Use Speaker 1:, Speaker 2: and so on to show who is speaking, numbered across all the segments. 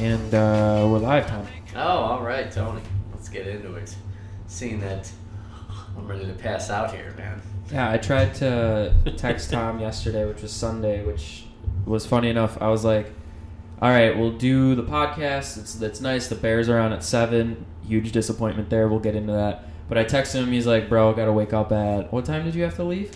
Speaker 1: and uh, what I've had.
Speaker 2: Oh, all right, Tony. Let's get into it. Seeing that I'm ready to pass out here, man.
Speaker 1: Yeah, I tried to text Tom yesterday, which was Sunday, which was funny enough. I was like, "All right, we'll do the podcast. It's that's nice. The Bears are on at seven. Huge disappointment there. We'll get into that." But I texted him. He's like, "Bro, I gotta wake up at what time did you have to leave?"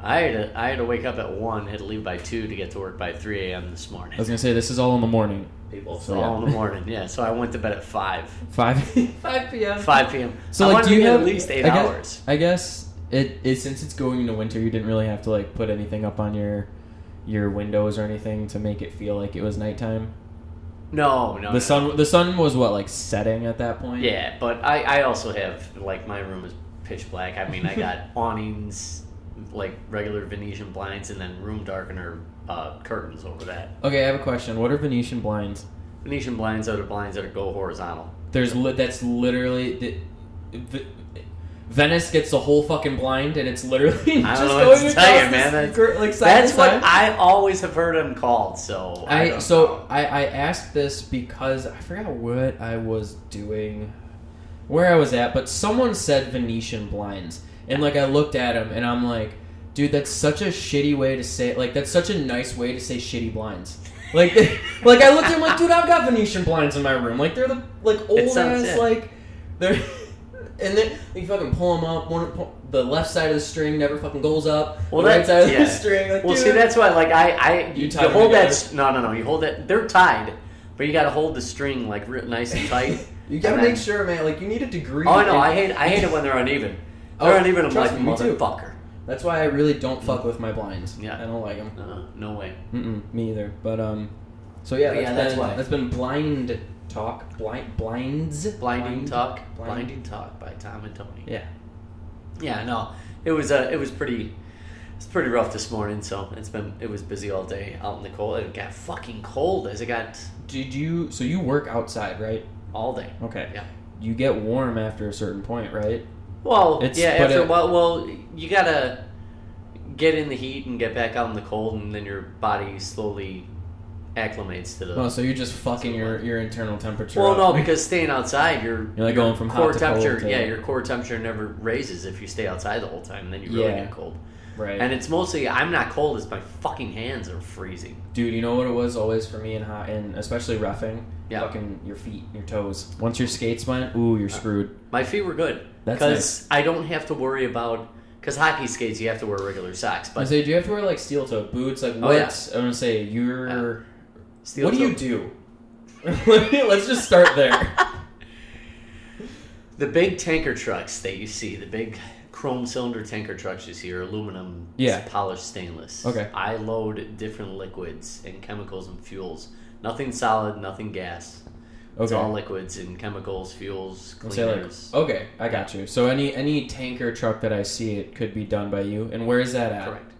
Speaker 2: I had to, I had to wake up at one, had to leave by two to get to work by three a.m. this
Speaker 1: I
Speaker 2: morning.
Speaker 1: was gonna say this is all in the morning,
Speaker 2: People
Speaker 1: So,
Speaker 2: so, all
Speaker 1: yeah.
Speaker 2: in the morning, yeah. So I went to bed at five,
Speaker 1: five five p.m.
Speaker 2: five p.m.
Speaker 1: So
Speaker 2: I
Speaker 1: like,
Speaker 2: wanted
Speaker 1: do
Speaker 2: to
Speaker 1: you
Speaker 2: get
Speaker 1: have
Speaker 2: at least eight
Speaker 1: I guess,
Speaker 2: hours?
Speaker 1: I guess it, it since it's going into winter, you didn't really have to like put anything up on your your windows or anything to make it feel like it was nighttime.
Speaker 2: No, no. no.
Speaker 1: The sun the sun was what like setting at that point.
Speaker 2: Yeah, but I, I also have like my room is pitch black. I mean, I got awnings, like regular Venetian blinds, and then room darkener uh, curtains over that.
Speaker 1: Okay, I have a question. What are Venetian blinds?
Speaker 2: Venetian blinds are the blinds that go horizontal.
Speaker 1: There's li- that's literally the, the, Venice gets the whole fucking blind, and it's literally
Speaker 2: I
Speaker 1: just
Speaker 2: don't know
Speaker 1: going
Speaker 2: what to
Speaker 1: across
Speaker 2: tell you,
Speaker 1: this
Speaker 2: man. That's-
Speaker 1: gr- like side
Speaker 2: That's
Speaker 1: to
Speaker 2: what
Speaker 1: side.
Speaker 2: I always have heard them called. So I,
Speaker 1: I
Speaker 2: don't
Speaker 1: so
Speaker 2: know.
Speaker 1: I, I asked this because I forgot what I was doing, where I was at, but someone said Venetian blinds, and like I looked at him and I'm like, dude, that's such a shitty way to say like that's such a nice way to say shitty blinds. Like, like I looked at him like, dude, I've got Venetian blinds in my room. Like they're the like old
Speaker 2: sounds
Speaker 1: ass
Speaker 2: it.
Speaker 1: like they're. And then you fucking pull them up. One, the left side of the string never fucking goes up.
Speaker 2: Well,
Speaker 1: the right
Speaker 2: that-
Speaker 1: side of
Speaker 2: yeah.
Speaker 1: the string. Like,
Speaker 2: well,
Speaker 1: dude,
Speaker 2: see, that's why like I I
Speaker 1: You
Speaker 2: you,
Speaker 1: tie them
Speaker 2: hold that
Speaker 1: together.
Speaker 2: s- no no no you hold that they're tied, but you got to hold the string like real nice and tight.
Speaker 1: you gotta
Speaker 2: And then-
Speaker 1: make sure, man. Like you need a degree.
Speaker 2: Oh no,
Speaker 1: in-
Speaker 2: I hate I hate it when they're uneven.
Speaker 1: Oh,
Speaker 2: They're uneven. I'm
Speaker 1: trust
Speaker 2: like
Speaker 1: me, me too.
Speaker 2: motherfucker.
Speaker 1: That's why I really don't fuck with my blinds.
Speaker 2: Yeah.
Speaker 1: I don't like them.
Speaker 2: Uh, no way.
Speaker 1: Mm-mm, me either. But um, so yeah,
Speaker 2: But
Speaker 1: that's
Speaker 2: yeah, that's
Speaker 1: been,
Speaker 2: why.
Speaker 1: that's been blind talk. Blind blinds.
Speaker 2: Blinding
Speaker 1: Blind-
Speaker 2: Talk.
Speaker 1: Blind-
Speaker 2: Blinding Talk by Tom and Tony.
Speaker 1: Yeah.
Speaker 2: Yeah, no. It was uh, it was pretty it's pretty rough this morning, so it's been it was busy all day out in the cold. It got fucking cold as it got
Speaker 1: Did you? So you work outside, right?
Speaker 2: all day.
Speaker 1: Okay.
Speaker 2: Yeah.
Speaker 1: You get warm after a certain point, right?
Speaker 2: Well,
Speaker 1: It's-
Speaker 2: yeah,
Speaker 1: but
Speaker 2: after a
Speaker 1: it-
Speaker 2: while well, you got to get in the heat and get back out in the cold and then your body slowly acclimates to the
Speaker 1: Oh, so you're just fucking your, your internal temperature.
Speaker 2: Well, no,
Speaker 1: up.
Speaker 2: because staying outside, your
Speaker 1: You're, like,
Speaker 2: your
Speaker 1: going from hot
Speaker 2: core
Speaker 1: to cold
Speaker 2: temperature,
Speaker 1: to-
Speaker 2: yeah, your core temperature never raises if you stay outside the whole time. Then you really
Speaker 1: Yeah.
Speaker 2: get cold,
Speaker 1: right,
Speaker 2: and it's mostly I'm not cold; it's my fucking hands are freezing.
Speaker 1: dude. You know what it was always for me in hot, and especially roughing.
Speaker 2: Yeah. Uh,
Speaker 1: Fucking your feet, your toes. Once your skates went, ooh, you're screwed.
Speaker 2: My feet were good
Speaker 1: That's
Speaker 2: because I don't have to worry about because hockey skates you have to wear regular socks,
Speaker 1: I
Speaker 2: but
Speaker 1: say, do you have to wear like steel toe boots? Like
Speaker 2: Oh, yeah.
Speaker 1: what's I'm gonna say you're.
Speaker 2: Yeah. steel
Speaker 1: what do you
Speaker 2: toe-
Speaker 1: do? Let's just start there.
Speaker 2: The big tanker trucks that you see, the big chrome cylinder tanker trucks you see, are aluminum,
Speaker 1: Yeah.
Speaker 2: polished stainless.
Speaker 1: Okay.
Speaker 2: I load different liquids and chemicals and fuels. Nothing solid, nothing gas. It's all
Speaker 1: Okay.
Speaker 2: liquids and chemicals, fuels,
Speaker 1: Let's say like, oh,
Speaker 2: cleaners.
Speaker 1: okay, I got you. So any any tanker truck that I see, it could be done by you. And where is that at?
Speaker 2: Correct.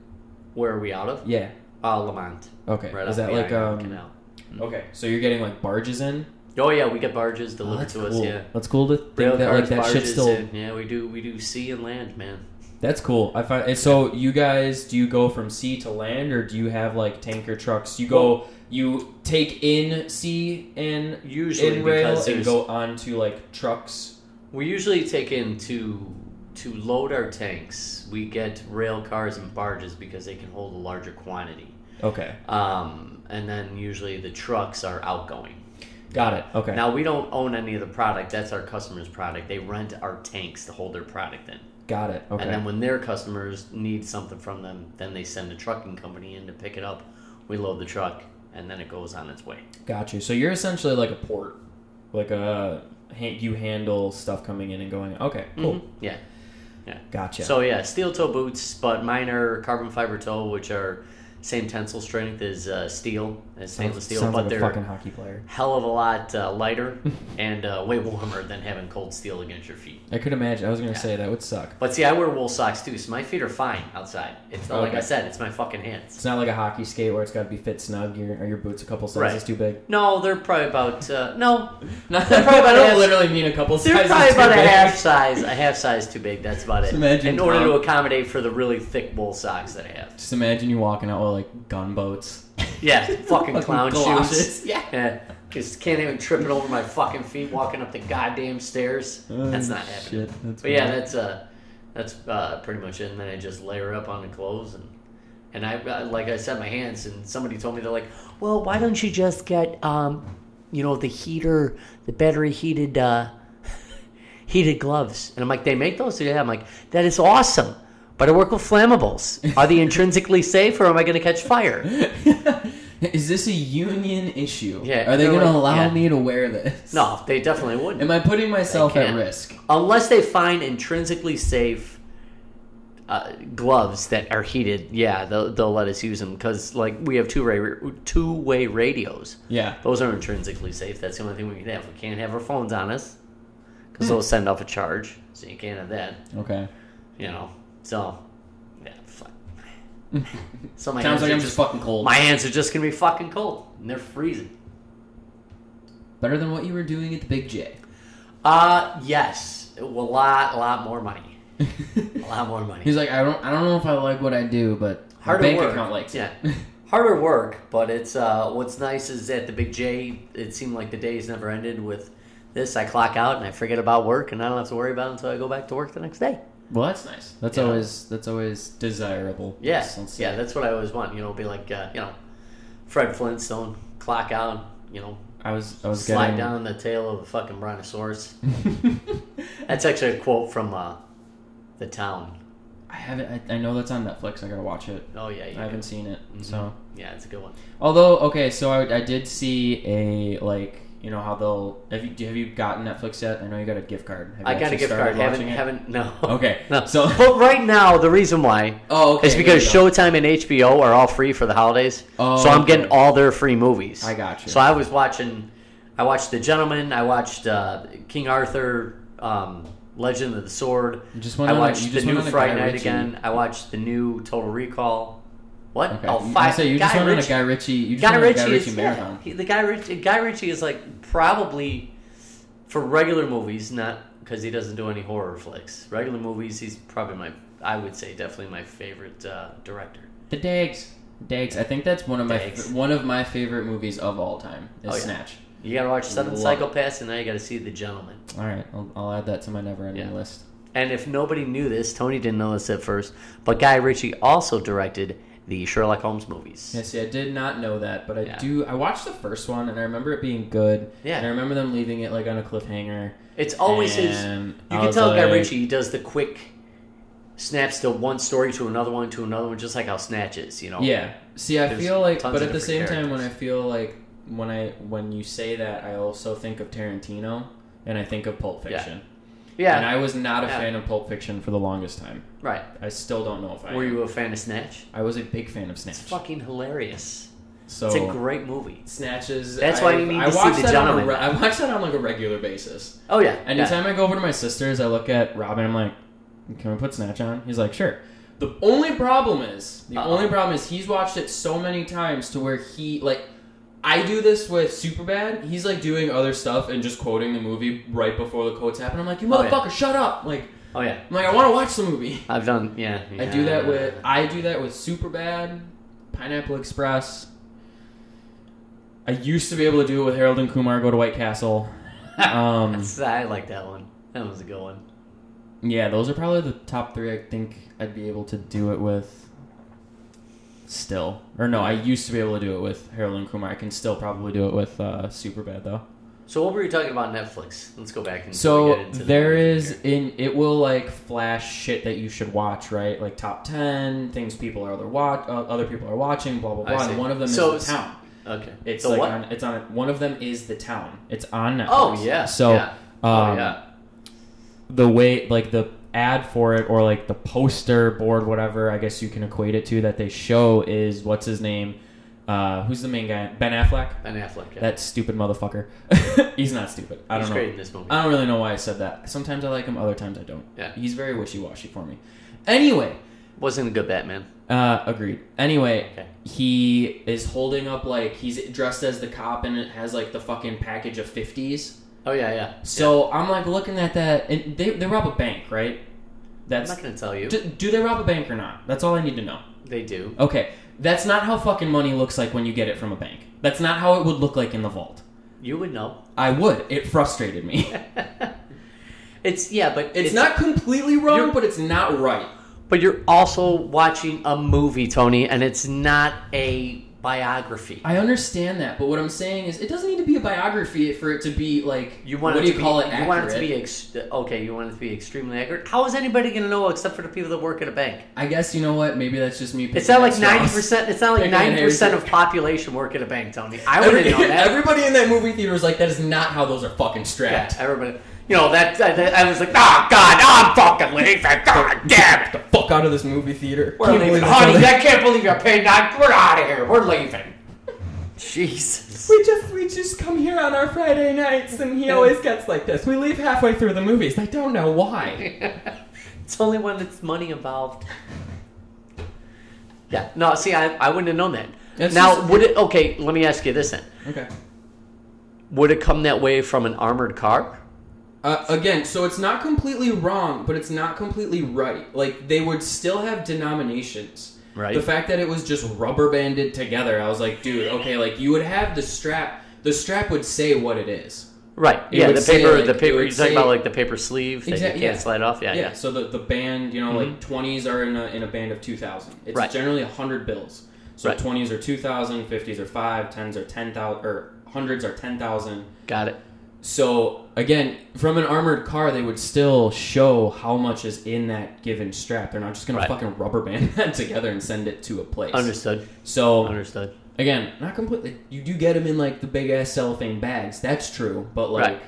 Speaker 2: Where are we out of?
Speaker 1: Yeah.
Speaker 2: Uh, Lamont.
Speaker 1: Okay.
Speaker 2: Right
Speaker 1: is
Speaker 2: off
Speaker 1: that
Speaker 2: the
Speaker 1: like
Speaker 2: Iron
Speaker 1: um?
Speaker 2: Canal. Mm-hmm.
Speaker 1: Okay, so you're getting like barges in. Oh,
Speaker 2: Oh yeah, we get barges delivered
Speaker 1: that's
Speaker 2: to
Speaker 1: cool.
Speaker 2: us. Yeah.
Speaker 1: That's cool to think
Speaker 2: Rail
Speaker 1: that
Speaker 2: cars,
Speaker 1: like that shit
Speaker 2: barges,
Speaker 1: still.
Speaker 2: and- yeah, we do we do sea and land, man.
Speaker 1: That's cool. I find and so you guys do you go from sea to land or do you have like tanker trucks? You go you take in sea and
Speaker 2: Usually
Speaker 1: in rail
Speaker 2: because
Speaker 1: and
Speaker 2: there's-
Speaker 1: go onto like trucks.
Speaker 2: We usually take in to to load our tanks. We get rail cars and barges because they can hold a larger quantity.
Speaker 1: Okay,
Speaker 2: Um, and then usually the trucks are outgoing.
Speaker 1: got it. Okay,
Speaker 2: Now we don't own any of the product. That's our customer's product. They rent our tanks to hold their product in.
Speaker 1: got it. Okay,
Speaker 2: And then when their customers need something from them, then they send a trucking company in to pick it up. We load the truck, and then it goes on its way.
Speaker 1: got you. So you're essentially like a port, like a ha- you handle stuff coming in and going. Okay, cool.
Speaker 2: Yeah.
Speaker 1: Gotcha.
Speaker 2: Mm-hmm. So yeah, steel toe boots, but mine are carbon fiber toe, which are same tensile strength as uh, steel, as stainless steel,
Speaker 1: sounds
Speaker 2: but
Speaker 1: like
Speaker 2: they're
Speaker 1: a fucking hockey player.
Speaker 2: hell of a lot uh, lighter and uh, way warmer than having cold steel against your feet.
Speaker 1: I could imagine. I was gonna say that would suck.
Speaker 2: But see, I wear wool socks too, so my feet are fine outside. It's not like
Speaker 1: Okay.
Speaker 2: I said, it's my fucking hands.
Speaker 1: It's not like a hockey skate where it's got to be fit snug. Your are your boots a couple sizes
Speaker 2: Right.
Speaker 1: too big.
Speaker 2: No, they're probably about uh, no,
Speaker 1: Not,
Speaker 2: They're probably about
Speaker 1: I don't
Speaker 2: half-
Speaker 1: literally mean a couple
Speaker 2: they're
Speaker 1: sizes.
Speaker 2: probably
Speaker 1: too
Speaker 2: about a
Speaker 1: big.
Speaker 2: half size, a half size too big. That's about it.
Speaker 1: Just imagine
Speaker 2: in order to
Speaker 1: Tom-
Speaker 2: accommodate for the really thick wool socks that I have.
Speaker 1: Just imagine you walking out with like gunboats.
Speaker 2: Yeah, fucking
Speaker 1: Fucking
Speaker 2: clown
Speaker 1: galoshes.
Speaker 2: shoes. Yeah. Just can't even trip it over my fucking feet walking up the goddamn stairs. That's not happening.
Speaker 1: Uh, Shit, that's
Speaker 2: But yeah,
Speaker 1: weird.
Speaker 2: that's uh, that's uh, pretty much it. And then I just layer up on the clothes and and I I- like I said my hands. And somebody told me they're like, well, why don't you just get um, you know, the heater, the battery heated uh, heated gloves. And I'm like, they make those? Yeah. I'm like, that is awesome. But I work with flammables. Are they intrinsically safe, or am I going to catch fire?
Speaker 1: Is this a union issue?
Speaker 2: Yeah,
Speaker 1: Are they
Speaker 2: they're
Speaker 1: going to
Speaker 2: like-
Speaker 1: allow
Speaker 2: yeah.
Speaker 1: me to wear this?
Speaker 2: No, they definitely wouldn't.
Speaker 1: Am I putting myself at
Speaker 2: can't.
Speaker 1: risk?
Speaker 2: unless they find intrinsically safe uh, gloves that are heated, yeah, they'll, they'll let us use them because like we have two way two way radios.
Speaker 1: Yeah.
Speaker 2: Those are intrinsically safe. That's the only thing we can have. We can't have our phones on us
Speaker 1: Hmm.
Speaker 2: because they'll send off a charge, so you can't have that.
Speaker 1: Okay.
Speaker 2: You know, so yeah, fuck. so my hands
Speaker 1: Hmm. Sounds like
Speaker 2: are
Speaker 1: I'm just fucking cold.
Speaker 2: my hands are just gonna be fucking cold and they're freezing.
Speaker 1: Better than what you were doing at the Big J.
Speaker 2: Uh yes, a lot, a lot more money, a lot more money.
Speaker 1: He's like, I don't, I don't know if I like what I do, but my
Speaker 2: harder
Speaker 1: bank
Speaker 2: work.
Speaker 1: account likes
Speaker 2: yeah.
Speaker 1: it.
Speaker 2: harder work, but it's uh, what's nice is at the Big J, it seemed like the days never ended. With this, I clock out and I forget about work, and I don't have to worry about it until I go back to work the next day.
Speaker 1: well, that's nice. That's
Speaker 2: Yeah.
Speaker 1: always, that's always desirable.
Speaker 2: Yeah,
Speaker 1: Let's- let's-
Speaker 2: yeah, that's what I always want. You know, be like uh, you know, Fred Flintstone, clock out. You know,
Speaker 1: I was, I was
Speaker 2: slide
Speaker 1: getting.
Speaker 2: down the tail of a fucking brontosaurus. That's actually a quote from uh, the town.
Speaker 1: I haven't. I, I know that's on Netflix. I gotta watch it.
Speaker 2: Oh yeah,
Speaker 1: I
Speaker 2: yeah,
Speaker 1: haven't seen it.
Speaker 2: Mm-hmm.
Speaker 1: So,
Speaker 2: yeah, it's a good one.
Speaker 1: although, okay, so I, I did see a like, you know how they'll. Have you have you gotten Netflix yet? I know you got a gift card. Have you
Speaker 2: I got a
Speaker 1: actually
Speaker 2: gift
Speaker 1: started
Speaker 2: card. Haven't
Speaker 1: watching it?
Speaker 2: haven't no.
Speaker 1: Okay,
Speaker 2: no.
Speaker 1: so-
Speaker 2: but right now the reason why
Speaker 1: Oh, okay.
Speaker 2: It's
Speaker 1: here
Speaker 2: because
Speaker 1: you go.
Speaker 2: Showtime and HBO are all free for the holidays,
Speaker 1: Oh,
Speaker 2: so I'm
Speaker 1: okay.
Speaker 2: getting all their free movies.
Speaker 1: I got you.
Speaker 2: So I was watching, I watched The Gentleman, I watched uh, King Arthur, um, Legend of the Sword.
Speaker 1: You just went
Speaker 2: I
Speaker 1: on a-
Speaker 2: watched
Speaker 1: you
Speaker 2: the
Speaker 1: just
Speaker 2: new
Speaker 1: went on a
Speaker 2: Friday
Speaker 1: Guy
Speaker 2: Night
Speaker 1: Ritchie-
Speaker 2: again. I watched the new Total Recall. What?
Speaker 1: Okay.
Speaker 2: Oh,
Speaker 1: You- I
Speaker 2: five.
Speaker 1: say you
Speaker 2: Guy
Speaker 1: just went
Speaker 2: Ritchie.
Speaker 1: on a Guy Ritchie. You just
Speaker 2: Guy
Speaker 1: went
Speaker 2: Ritchie,
Speaker 1: on a Guy Ritchie
Speaker 2: is
Speaker 1: marathon.
Speaker 2: yeah, he- the Guy Ritchie, Guy Ritchie is like probably for regular movies, not because he doesn't do any horror flicks. Regular movies, he's probably my, I would say, definitely my favorite uh, director.
Speaker 1: The Dags. Dags. I think that's one of my
Speaker 2: Dags.
Speaker 1: one of my favorite movies of all time. Is
Speaker 2: Oh, yeah.
Speaker 1: Snatch.
Speaker 2: You gotta watch Seven
Speaker 1: Love it.
Speaker 2: Psychopaths, and now you gotta see The Gentleman.
Speaker 1: All right, I'll, I'll add that to my never-ending
Speaker 2: Yeah.
Speaker 1: list.
Speaker 2: And if nobody knew this, Tony didn't know this at first, but Guy Ritchie also directed the Sherlock Holmes movies.
Speaker 1: Yeah, see, I did not know that, but I
Speaker 2: Yeah.
Speaker 1: do. I watched the first one, and I remember it being good.
Speaker 2: Yeah.
Speaker 1: and I remember them leaving it like on a cliffhanger.
Speaker 2: It's always his.
Speaker 1: And
Speaker 2: You
Speaker 1: I
Speaker 2: can
Speaker 1: was
Speaker 2: tell Guy
Speaker 1: like-
Speaker 2: Ritchie he does the quick snaps to one story to another one to another one, just like how Snatch is, you know.
Speaker 1: Yeah. See, I
Speaker 2: There's
Speaker 1: feel like,
Speaker 2: tons
Speaker 1: but
Speaker 2: of
Speaker 1: at the same
Speaker 2: different
Speaker 1: time, when I
Speaker 2: characters.
Speaker 1: feel like when I when you say that, I also think of Tarantino, and I think of Pulp
Speaker 2: Yeah.
Speaker 1: Fiction.
Speaker 2: yeah,
Speaker 1: And I was not a
Speaker 2: Yeah.
Speaker 1: fan of Pulp Fiction for the longest time.
Speaker 2: right.
Speaker 1: I still don't know if I.
Speaker 2: Were
Speaker 1: am.
Speaker 2: you a fan of Snatch?
Speaker 1: I was a big fan of
Speaker 2: It's
Speaker 1: Snatch.
Speaker 2: fucking hilarious.
Speaker 1: So
Speaker 2: It's a great movie.
Speaker 1: snatches.
Speaker 2: That's why
Speaker 1: I-
Speaker 2: you need
Speaker 1: I
Speaker 2: to see
Speaker 1: watch
Speaker 2: The
Speaker 1: that on a
Speaker 2: Gentleman.
Speaker 1: re- I watch that on like a regular basis.
Speaker 2: Oh yeah, yeah.
Speaker 1: Anytime I go over to my sister's, I look at Robin. I'm like, "Can we put Snatch on?" He's like, "Sure." The only problem is the
Speaker 2: Uh-oh.
Speaker 1: only problem is he's watched it so many times to where he like. I do this with Superbad. He's like doing other stuff and just quoting the movie right before the quotes happen. I'm like, "You
Speaker 2: Oh, yeah.
Speaker 1: motherfucker, shut up!" Like,
Speaker 2: Oh yeah,
Speaker 1: I'm like, I want to watch the movie.
Speaker 2: I've done. Yeah,
Speaker 1: I do that
Speaker 2: yeah.
Speaker 1: with I do that with Superbad, Pineapple Express. I used to be able to do it with Harold and Kumar Go to White Castle. Um,
Speaker 2: That's- I like that one. That was a good one.
Speaker 1: yeah, those are probably the top three. I think I'd be able to do it with. Still, or no, I used to be able to do it with Harold and Kumar. I can still probably do it with uh, Superbad though.
Speaker 2: So what were you talking about Netflix? Let's go back and we
Speaker 1: So
Speaker 2: get into the
Speaker 1: there
Speaker 2: movie
Speaker 1: is
Speaker 2: here.
Speaker 1: in it will like flash shit that you should watch, right? Like top ten things people are other watch, uh, other people are watching, blah blah
Speaker 2: I
Speaker 1: blah.
Speaker 2: see.
Speaker 1: And one of them
Speaker 2: So
Speaker 1: is
Speaker 2: it's-
Speaker 1: the town.
Speaker 2: okay.
Speaker 1: It's
Speaker 2: so
Speaker 1: like
Speaker 2: what?
Speaker 1: On, it's on one of them is the town. It's on Netflix.
Speaker 2: oh yeah.
Speaker 1: So
Speaker 2: yeah. oh
Speaker 1: um,
Speaker 2: yeah.
Speaker 1: the way like the ad for it or like the poster board, whatever I guess you can equate it to that they show is what's his name? Uh, who's the main guy? Ben Affleck.
Speaker 2: Ben Affleck. Yeah.
Speaker 1: That stupid motherfucker. He's not stupid. I
Speaker 2: He's
Speaker 1: don't know.
Speaker 2: great in this movie.
Speaker 1: I don't really know why I said that. Sometimes I like him, other times I don't.
Speaker 2: Yeah.
Speaker 1: He's very wishy washy for me. Anyway,
Speaker 2: Wasn't a good Batman.
Speaker 1: uh, agreed. Anyway,
Speaker 2: Okay.
Speaker 1: he is holding up like he's dressed as the cop and it has like the fucking package of fifties.
Speaker 2: Oh yeah, yeah.
Speaker 1: So I'm like looking at that, and they they rob a bank, right?
Speaker 2: I'm
Speaker 1: That's
Speaker 2: not gonna tell you.
Speaker 1: do, do they rob a bank or not? That's all I need to know.
Speaker 2: They do.
Speaker 1: Okay, that's not how fucking money looks like when you get it from a bank. That's not how it would look like in the vault.
Speaker 2: You would know.
Speaker 1: I would. It frustrated me.
Speaker 2: It's yeah, but
Speaker 1: It's, not completely
Speaker 2: You're-
Speaker 1: wrong, but it's not right.
Speaker 2: But you're also watching a movie, Tony, and it's not a biography.
Speaker 1: I understand that, but what I'm saying is, it doesn't need to be a biography for it to be like.
Speaker 2: You want
Speaker 1: what
Speaker 2: it
Speaker 1: do you
Speaker 2: to be,
Speaker 1: call it?
Speaker 2: You want it to
Speaker 1: accurate.
Speaker 2: be ex- okay. You want it to be extremely accurate. How is anybody going to know except for the people that work at a bank?
Speaker 1: I guess you know what? Maybe that's just me.
Speaker 2: It's
Speaker 1: picking
Speaker 2: not like
Speaker 1: at
Speaker 2: ninety
Speaker 1: straws.
Speaker 2: percent. It's not like
Speaker 1: Picking at
Speaker 2: ninety percent of
Speaker 1: hairs.
Speaker 2: population work at a bank, Tony. I wouldn't
Speaker 1: Everybody,
Speaker 2: know that.
Speaker 1: everybody in that movie theater was like, "That is not how those are fucking
Speaker 2: yeah,
Speaker 1: strapped."
Speaker 2: everybody. You know that, that- that- I was like, oh god, I'm fucking leaving. God damn
Speaker 1: Get
Speaker 2: it,
Speaker 1: the fuck out of this movie theater.
Speaker 2: we're
Speaker 1: Can't
Speaker 2: leaving,
Speaker 1: believe they
Speaker 2: honey.
Speaker 1: told us-
Speaker 2: I can't believe you're paying. that. We're out of here. We're leaving. Jesus.
Speaker 1: We just we just come here on our Friday nights, and he always gets like this. We leave halfway through the movies. I don't know why.
Speaker 2: It's only when it's money involved. Yeah. No, see, I, I wouldn't have known that.
Speaker 1: That's
Speaker 2: now,
Speaker 1: just-
Speaker 2: would it, okay, let me ask you this then.
Speaker 1: Okay.
Speaker 2: Would it come that way from an armored car?
Speaker 1: Uh, again, so it's not completely wrong, but it's not completely right. Like they would still have denominations.
Speaker 2: Right.
Speaker 1: The fact that it was just rubber banded together, I was like, dude, okay, like you would have the strap. The strap would say what it is.
Speaker 2: Right.
Speaker 1: It
Speaker 2: yeah,
Speaker 1: would
Speaker 2: the
Speaker 1: say,
Speaker 2: paper,
Speaker 1: like-
Speaker 2: the
Speaker 1: it
Speaker 2: paper,
Speaker 1: would
Speaker 2: you're talking
Speaker 1: say-
Speaker 2: about like the paper sleeve that
Speaker 1: Exact-
Speaker 2: you can't
Speaker 1: yeah.
Speaker 2: slide off? Yeah,
Speaker 1: yeah.
Speaker 2: yeah.
Speaker 1: So the, the band, you know, like twenties are in a in a band of two thousand. It's
Speaker 2: Right.
Speaker 1: generally hundred bills. So
Speaker 2: Right.
Speaker 1: twenties are two thousand, fifties are five, tens are ten thousand, or hundreds are ten thousand.
Speaker 2: Got it.
Speaker 1: So again, from an armored car, they would still show how much is in that given strap. They're not just gonna
Speaker 2: Right.
Speaker 1: fucking rubber band that together and send it to a place.
Speaker 2: Understood.
Speaker 1: so
Speaker 2: Understood.
Speaker 1: again, not completely. You do get them in like the big ass cellophane bags. That's true, but like
Speaker 2: Right.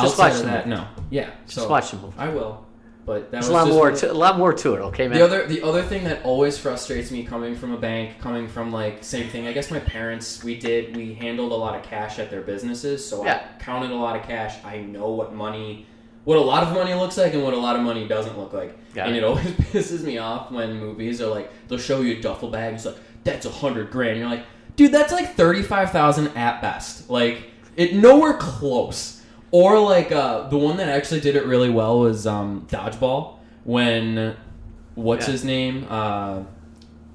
Speaker 2: Just
Speaker 1: outside
Speaker 2: watch
Speaker 1: of
Speaker 2: the
Speaker 1: that,
Speaker 2: movie.
Speaker 1: no, yeah.
Speaker 2: Just
Speaker 1: so
Speaker 2: watch the movie.
Speaker 1: I will, but that
Speaker 2: There's
Speaker 1: was
Speaker 2: a lot
Speaker 1: just
Speaker 2: more,
Speaker 1: one of
Speaker 2: to, a lot more to it, okay, man?
Speaker 1: the other the other thing that always frustrates me coming from a bank, coming from like same thing. I guess my parents we did we handled a lot of cash at their businesses, so
Speaker 2: Yeah.
Speaker 1: I counted a lot of cash. I know what money, what a lot of money looks like, and what a lot of money doesn't look like.
Speaker 2: Got
Speaker 1: and
Speaker 2: it.
Speaker 1: it. always pisses me off when movies are like they'll show you a duffel bag. It's like that's a hundred grand. You're like, dude, that's like thirty five thousand at best. Like it nowhere close. Or like uh, the one that actually did it really well was um, dodgeball when what's
Speaker 2: Yeah.
Speaker 1: his name? Uh,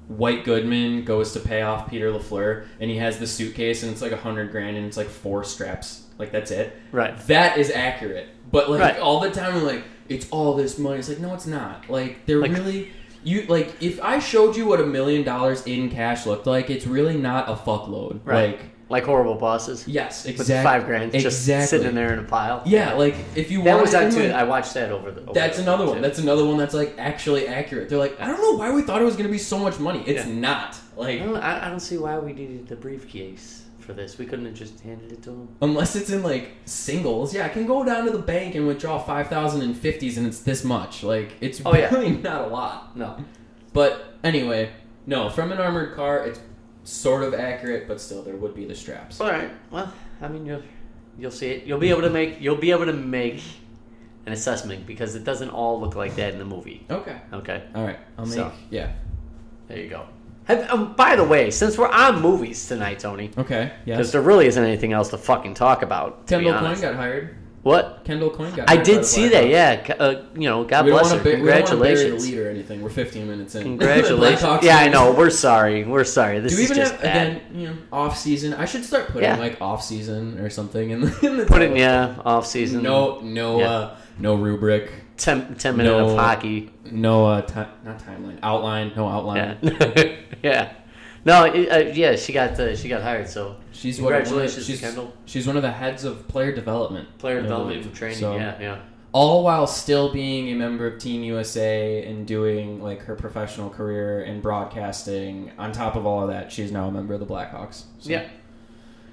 Speaker 1: White Goodman goes to pay off Peter LaFleur, and he has the suitcase, and it's like a hundred grand, and it's like four straps. Like that's it.
Speaker 2: Right.
Speaker 1: That is accurate. But like
Speaker 2: Right.
Speaker 1: all the time, I'm like, it's all this money. It's like no, it's not. Like they're
Speaker 2: Like-
Speaker 1: really you like if I showed you what a million dollars in cash looked like, it's really not a fuckload.
Speaker 2: Right.
Speaker 1: Like
Speaker 2: Like horrible bosses.
Speaker 1: yes,
Speaker 2: With
Speaker 1: exactly.
Speaker 2: five grand just
Speaker 1: Exactly.
Speaker 2: sitting there in a pile.
Speaker 1: Yeah, like if you
Speaker 2: That
Speaker 1: wanted
Speaker 2: was on
Speaker 1: to,
Speaker 2: too.
Speaker 1: like,
Speaker 2: I watched that over the. Over
Speaker 1: that's
Speaker 2: the-
Speaker 1: another one.
Speaker 2: too.
Speaker 1: That's another one that's like actually accurate. They're like, I don't know why we thought it was gonna be so much money. It's
Speaker 2: Yeah. Mm.
Speaker 1: not.
Speaker 2: I
Speaker 1: Like
Speaker 2: don't, I I don't see why we needed the briefcase for this. We couldn't have just handed it to him.
Speaker 1: unless it's in like singles, yeah, I can go down to the bank and withdraw five thousand and fifties, and it's this much. Like it's
Speaker 2: Oh, yeah.
Speaker 1: really not a lot.
Speaker 2: No.
Speaker 1: But anyway, no, from an armored car, it's sort of accurate, but still there would be the straps.
Speaker 2: All right. Well, I mean, you'll you'll see it. You'll be able to make you'll be able to make an assessment because it doesn't all look like that in the movie.
Speaker 1: Okay.
Speaker 2: Okay.
Speaker 1: All right. I'll make.
Speaker 2: So.
Speaker 1: Yeah.
Speaker 2: There you go. Have, um, by the way, since we're on movies tonight, Tony,
Speaker 1: Okay.
Speaker 2: because
Speaker 1: Yes.
Speaker 2: there really isn't anything else to fucking talk about. To be
Speaker 1: Kendall Coyne
Speaker 2: honest.
Speaker 1: got hired.
Speaker 2: What?
Speaker 1: Kendall Coyne got.
Speaker 2: I
Speaker 1: hired by
Speaker 2: did
Speaker 1: the
Speaker 2: see
Speaker 1: Blackhawks.
Speaker 2: that. Yeah. C- Uh, you know, God
Speaker 1: We don't
Speaker 2: bless
Speaker 1: want
Speaker 2: her.
Speaker 1: to bury, we don't wanna bury the
Speaker 2: Congratulations.
Speaker 1: lead or anything. We're 15 minutes in.
Speaker 2: Congratulations.
Speaker 1: Blackhawks
Speaker 2: yeah, I
Speaker 1: fans.
Speaker 2: know. We're sorry. We're sorry. This
Speaker 1: Do we
Speaker 2: is
Speaker 1: even
Speaker 2: just
Speaker 1: have
Speaker 2: bad.
Speaker 1: again? You know, off season. I should start putting
Speaker 2: Yeah.
Speaker 1: like off season or something in the, in the
Speaker 2: Put it
Speaker 1: title.
Speaker 2: in, yeah, off season.
Speaker 1: No, no,
Speaker 2: Yeah.
Speaker 1: uh, no rubric.
Speaker 2: ten, 10 minute
Speaker 1: No.
Speaker 2: of hockey.
Speaker 1: No, uh, ti- not timeline. Outline. No outline.
Speaker 2: Yeah, yeah. No, it, uh, yeah. She got uh, she got hired. So
Speaker 1: She's what
Speaker 2: congratulations,
Speaker 1: she's,
Speaker 2: Kendall.
Speaker 1: She's one of the heads of player development.
Speaker 2: Player
Speaker 1: I
Speaker 2: development
Speaker 1: believe.
Speaker 2: and training.
Speaker 1: So,
Speaker 2: Yeah, yeah.
Speaker 1: All while still being a member of Team USA and doing like her professional career in broadcasting. On top of all of that, she is now a member of the Blackhawks. So,
Speaker 2: Yeah.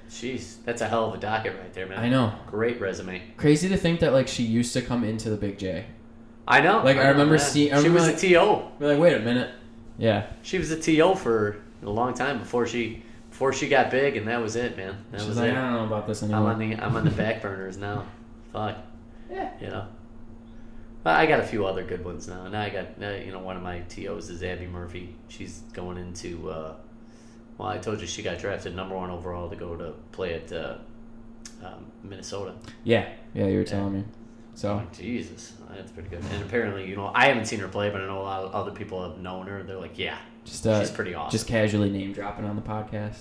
Speaker 2: Jeez, that's a hell of a docket right there, man.
Speaker 1: I know.
Speaker 2: Great resume.
Speaker 1: Crazy to think that like she used to come into the Big J.
Speaker 2: I know.
Speaker 1: Like, I
Speaker 2: know,
Speaker 1: remember
Speaker 2: yeah.
Speaker 1: see- I
Speaker 2: she
Speaker 1: remember,
Speaker 2: was
Speaker 1: like-
Speaker 2: a TO.
Speaker 1: We're like, wait a minute. Yeah,
Speaker 2: She was a TO for a long time before she before she got big, and that was it, man. That
Speaker 1: she's
Speaker 2: was
Speaker 1: like, "Ah,
Speaker 2: it.
Speaker 1: I don't know about this
Speaker 2: I'm on
Speaker 1: anymore.
Speaker 2: the I'm on the back burners now. Fuck.
Speaker 1: Yeah.
Speaker 2: You know. Well, I got a few other good ones now. Now I got now, you know one of my tos is Abby Murphy. She's going into. Uh, well, I told you she got drafted number one overall to go to play at uh, um, Minnesota.
Speaker 1: Yeah, yeah, you were telling me. So
Speaker 2: Like, Jesus, that's pretty good. And apparently, you know, I haven't seen her play, but I know a lot of other people have known her. They're like, yeah,
Speaker 1: just uh,
Speaker 2: she's pretty awesome.
Speaker 1: just casually name dropping on the podcast.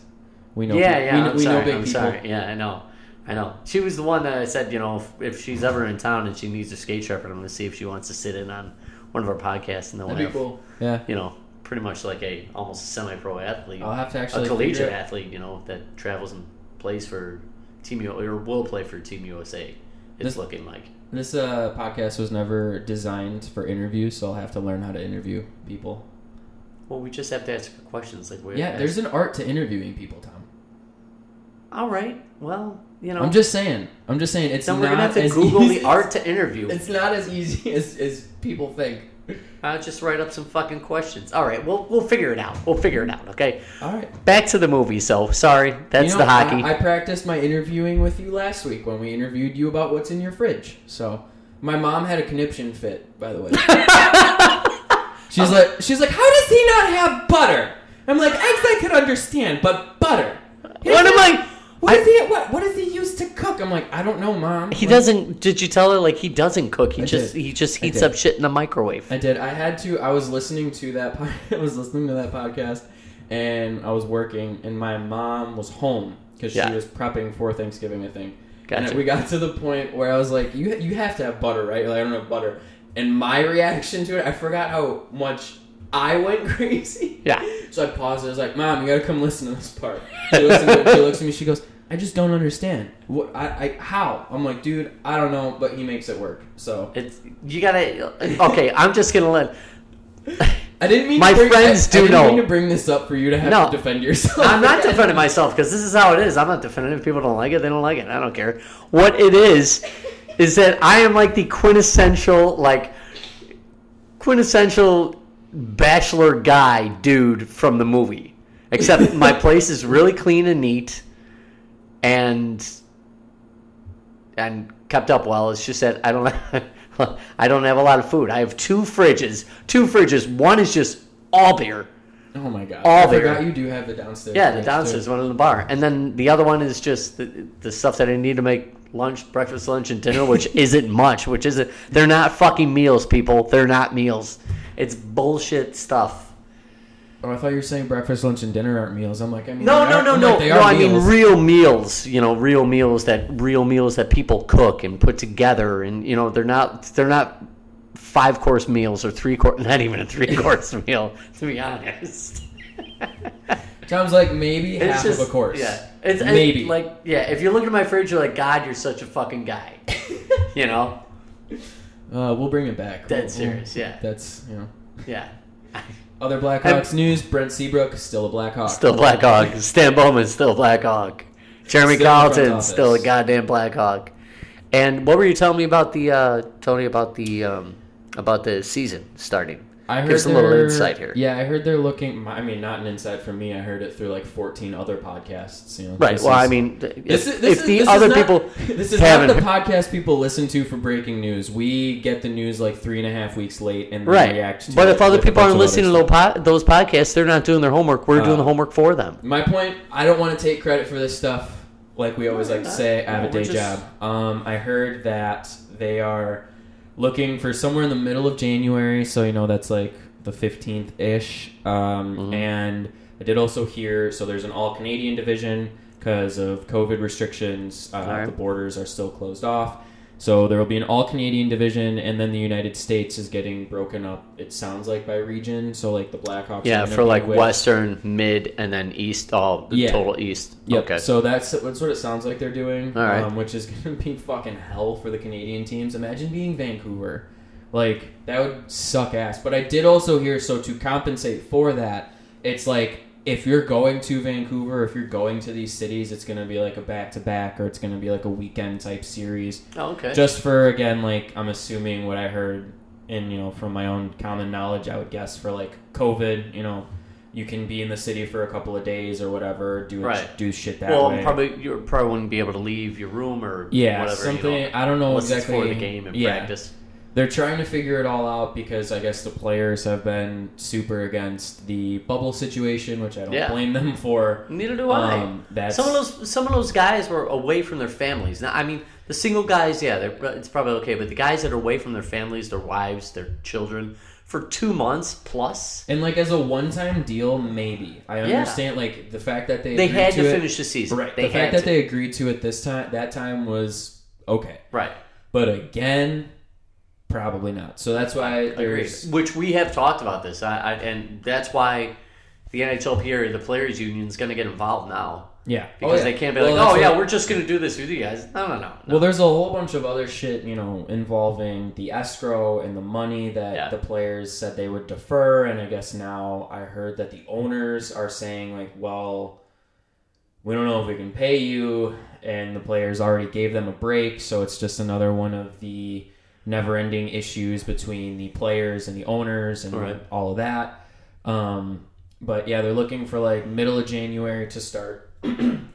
Speaker 1: We know,
Speaker 2: yeah,
Speaker 1: peop-
Speaker 2: yeah.
Speaker 1: we,
Speaker 2: I'm
Speaker 1: we
Speaker 2: sorry.
Speaker 1: know big
Speaker 2: I'm
Speaker 1: people.
Speaker 2: sorry. Yeah, I know. I know. She was the one that I said, you know, if, if she's ever in town and she needs a skate sharpen, I'm going to see if she wants to sit in on one of our podcasts and then we'll
Speaker 1: That'd be
Speaker 2: have,
Speaker 1: cool. Yeah.
Speaker 2: you know, pretty much like a almost semi pro athlete,
Speaker 1: I'll have to
Speaker 2: a
Speaker 1: Oh, actually figure
Speaker 2: collegiate
Speaker 1: it-
Speaker 2: athlete, you know, that travels and plays for Team U or will play for Team USA. It's
Speaker 1: This-
Speaker 2: looking like.
Speaker 1: This uh, podcast was never designed for interviews, so I'll have to learn how to interview people.
Speaker 2: Well, we just have to ask her questions like we
Speaker 1: Yeah,
Speaker 2: asked.
Speaker 1: there's an art to interviewing people, Tom.
Speaker 2: All right. Well, you know,
Speaker 1: I'm just saying. I'm just saying. It's
Speaker 2: then we're
Speaker 1: not
Speaker 2: gonna have to
Speaker 1: as
Speaker 2: Google
Speaker 1: easy,
Speaker 2: the art to interview.
Speaker 1: It's not as easy as, as people think.
Speaker 2: I'll just write up some fucking questions. All right, we'll we'll figure it out. We'll figure it out. Okay.
Speaker 1: All right.
Speaker 2: Back to the movie. So sorry, that's
Speaker 1: You know,
Speaker 2: the hockey.
Speaker 1: I, I practiced my interviewing with you last week when we interviewed you about what's in your fridge. So my mom had a conniption fit, by the way. she's like, she's like, how does he not have butter? I'm like, eggs I could understand, but butter. He
Speaker 2: what
Speaker 1: doesn't-
Speaker 2: am I?
Speaker 1: What is he? What what does he use to cook? I'm like, I don't know, mom.
Speaker 2: He
Speaker 1: Like,
Speaker 2: doesn't. Did you tell her like he doesn't cook? He
Speaker 1: I
Speaker 2: just
Speaker 1: did.
Speaker 2: he just
Speaker 1: I
Speaker 2: heats
Speaker 1: did.
Speaker 2: up shit in the microwave.
Speaker 1: I did. I had to. I was listening to that. pod- I was listening to that podcast, and I was working, and my mom was home because
Speaker 2: Yeah.
Speaker 1: she was prepping for Thanksgiving. I think.
Speaker 2: Gotcha.
Speaker 1: And we got to the point where I was like, "You you have to have butter, right?" You're like, I don't have butter. And my reaction to it, I forgot how much I went crazy.
Speaker 2: Yeah.
Speaker 1: So I paused. I was like, "Mom, you gotta come listen to this part." She looks at me. She, looks at me, she goes, "I just don't understand. What? I, I how?" I'm like, "Dude, I don't know, but he makes it work." So
Speaker 2: It's you gotta. Okay, I'm just gonna let.
Speaker 1: I didn't mean
Speaker 2: My
Speaker 1: to bring,
Speaker 2: friends
Speaker 1: I,
Speaker 2: do
Speaker 1: I didn't
Speaker 2: know.
Speaker 1: mean to bring this up for you to have
Speaker 2: No.
Speaker 1: to defend yourself.
Speaker 2: I'm not defending myself because this is how it is. I'm not defending. If people don't like it, they don't like it. I don't care. What it is is that I am like the quintessential, like quintessential bachelor guy dude from the movie. Except my place is really clean and neat, and and kept up well. It's just that I don't I don't have a lot of food. I have two fridges, two fridges. One is just all beer.
Speaker 1: Oh my god!
Speaker 2: All
Speaker 1: I
Speaker 2: there.
Speaker 1: forgot you do have the downstairs.
Speaker 2: Yeah, the
Speaker 1: fridge,
Speaker 2: downstairs
Speaker 1: too.
Speaker 2: one in the bar, and then the other one is just the, the stuff that I need to make lunch, breakfast, lunch, and dinner, which isn't much. Which isn't they're not fucking meals, people. They're not meals. It's bullshit stuff.
Speaker 1: Oh, I thought you were saying breakfast, lunch, and dinner aren't meals. I'm like, I mean,
Speaker 2: No,
Speaker 1: they
Speaker 2: no,
Speaker 1: are-
Speaker 2: no,
Speaker 1: I'm
Speaker 2: no,
Speaker 1: like, they
Speaker 2: no.
Speaker 1: are
Speaker 2: I mean
Speaker 1: meals.
Speaker 2: real meals. You know, real meals that real meals that people cook and put together, and you know they're not they're not five course meals or three course. Not even a three course meal, to be honest.
Speaker 1: Tom's like maybe
Speaker 2: It's
Speaker 1: half
Speaker 2: just-
Speaker 1: of a course.
Speaker 2: Yeah, it's, it's
Speaker 1: Maybe.
Speaker 2: like yeah. If you look at my fridge, you're like, God, you're such a fucking guy. you know,
Speaker 1: Uh, we'll bring it back.
Speaker 2: dead
Speaker 1: We'll-
Speaker 2: serious. Yeah,
Speaker 1: we'll- That's you know.
Speaker 2: yeah.
Speaker 1: Other Blackhawks news: Brent Seabrook still a Blackhawk.
Speaker 2: Still Black Hawk. Stan Bowman still Black Hawk.
Speaker 1: Still
Speaker 2: Jeremy
Speaker 1: in front
Speaker 2: Carlton
Speaker 1: office.
Speaker 2: still a goddamn Black Hawk. And what were you telling me about the uh, Tony about the um, about the season starting?
Speaker 1: I heard
Speaker 2: Give us a little
Speaker 1: they're-
Speaker 2: insight here.
Speaker 1: Yeah, I heard they're looking. I mean, not an insight from me. I heard it through like 14 other podcasts. You know,
Speaker 2: Right.
Speaker 1: This
Speaker 2: well,
Speaker 1: is-
Speaker 2: I mean, th- if,
Speaker 1: This is, this
Speaker 2: if
Speaker 1: is-
Speaker 2: the
Speaker 1: this is
Speaker 2: other
Speaker 1: not-
Speaker 2: people
Speaker 1: this is
Speaker 2: haven't,
Speaker 1: not the podcast people listen to for breaking news. We get the news like three and a half weeks late and then
Speaker 2: right,
Speaker 1: react. To
Speaker 2: but
Speaker 1: it
Speaker 2: if other
Speaker 1: with a bunch
Speaker 2: people aren't
Speaker 1: of Uh.
Speaker 2: listening to
Speaker 1: others.
Speaker 2: those po- those podcasts, they're not doing their homework. We're doing the homework for them.
Speaker 1: My point, I don't want to take credit for this stuff. Like we always like to say, I have a
Speaker 2: No, we're
Speaker 1: day
Speaker 2: just-
Speaker 1: job. Um, I heard that they are looking for somewhere in the middle of January, so you know that's like the fifteenth ish. Um,
Speaker 2: Mhm.
Speaker 1: And I did also hear so there's an all Canadian division because of COVID restrictions. Uh,
Speaker 2: Alright.
Speaker 1: The borders are still closed off. So there will be an all Canadian division, and then the United States is getting broken up. It sounds like by region. So like the Blackhawks. are
Speaker 2: Yeah,
Speaker 1: gonna
Speaker 2: for
Speaker 1: be
Speaker 2: like
Speaker 1: with-
Speaker 2: Western, Mid, and then East, all the
Speaker 1: Yeah.
Speaker 2: total East.
Speaker 1: Yep.
Speaker 2: Okay.
Speaker 1: So that's that's what it sounds like they're doing,
Speaker 2: All right.
Speaker 1: um, which is going to be fucking hell for the Canadian teams. Imagine being Vancouver, like that would suck ass. But I did also hear so to compensate for that, it's like if you're going to Vancouver, if you're going to these cities, it's going to be like a back to back, or it's going to be like a weekend type series,
Speaker 2: Oh, okay.
Speaker 1: just for again like I'm assuming what I heard and you know from my own common knowledge, I would guess for like COVID, you know. You can be in the city for a couple of days or whatever, do
Speaker 2: Right.
Speaker 1: do shit that
Speaker 2: well,
Speaker 1: way.
Speaker 2: probably you probably wouldn't be able to leave your room or
Speaker 1: Yeah,
Speaker 2: whatever.
Speaker 1: something.
Speaker 2: You know,
Speaker 1: I don't know
Speaker 2: unless it's
Speaker 1: exactly.
Speaker 2: for the game and
Speaker 1: yeah,
Speaker 2: practice.
Speaker 1: they're trying to figure it all out because I guess the players have been super against the bubble situation, which I don't
Speaker 2: Yeah.
Speaker 1: blame them for.
Speaker 2: Neither do I.
Speaker 1: Um, that's
Speaker 2: some of those some of those guys were away from their families. Now, I mean, The single guys, yeah, they're, it's probably okay. But the guys that are away from their families, their wives, their children for two months plus,
Speaker 1: And like as a one-time deal, maybe I understand. Like the fact that they
Speaker 2: they
Speaker 1: agreed
Speaker 2: had to,
Speaker 1: it-
Speaker 2: finish the season.
Speaker 1: Right.
Speaker 2: They
Speaker 1: the
Speaker 2: had
Speaker 1: fact that
Speaker 2: to.
Speaker 1: they agreed to it this time, that time was okay.
Speaker 2: right.
Speaker 1: But again, probably not. So that's why
Speaker 2: Agreed.
Speaker 1: there's
Speaker 2: Which we have talked about this, I, I, and that's why the NHLPA, the players' union, is going to get involved now
Speaker 1: yeah
Speaker 2: because
Speaker 1: Oh, yeah.
Speaker 2: they can't be
Speaker 1: Well,
Speaker 2: like,
Speaker 1: that's
Speaker 2: "Oh yeah,
Speaker 1: what-
Speaker 2: we're just going to do this with you guys." No, no, no. no.
Speaker 1: Well, there's a whole bunch of other shit, you know, involving the escrow and the money that
Speaker 2: Yeah.
Speaker 1: the players said they would defer, and I guess now I heard that the owners are saying like, well, we don't know if we can pay you, and the players already gave them a break, so it's just another one of the never-ending issues between the players and the owners and
Speaker 2: Right.
Speaker 1: all of that. Um, but yeah, they're looking for like middle of January to start.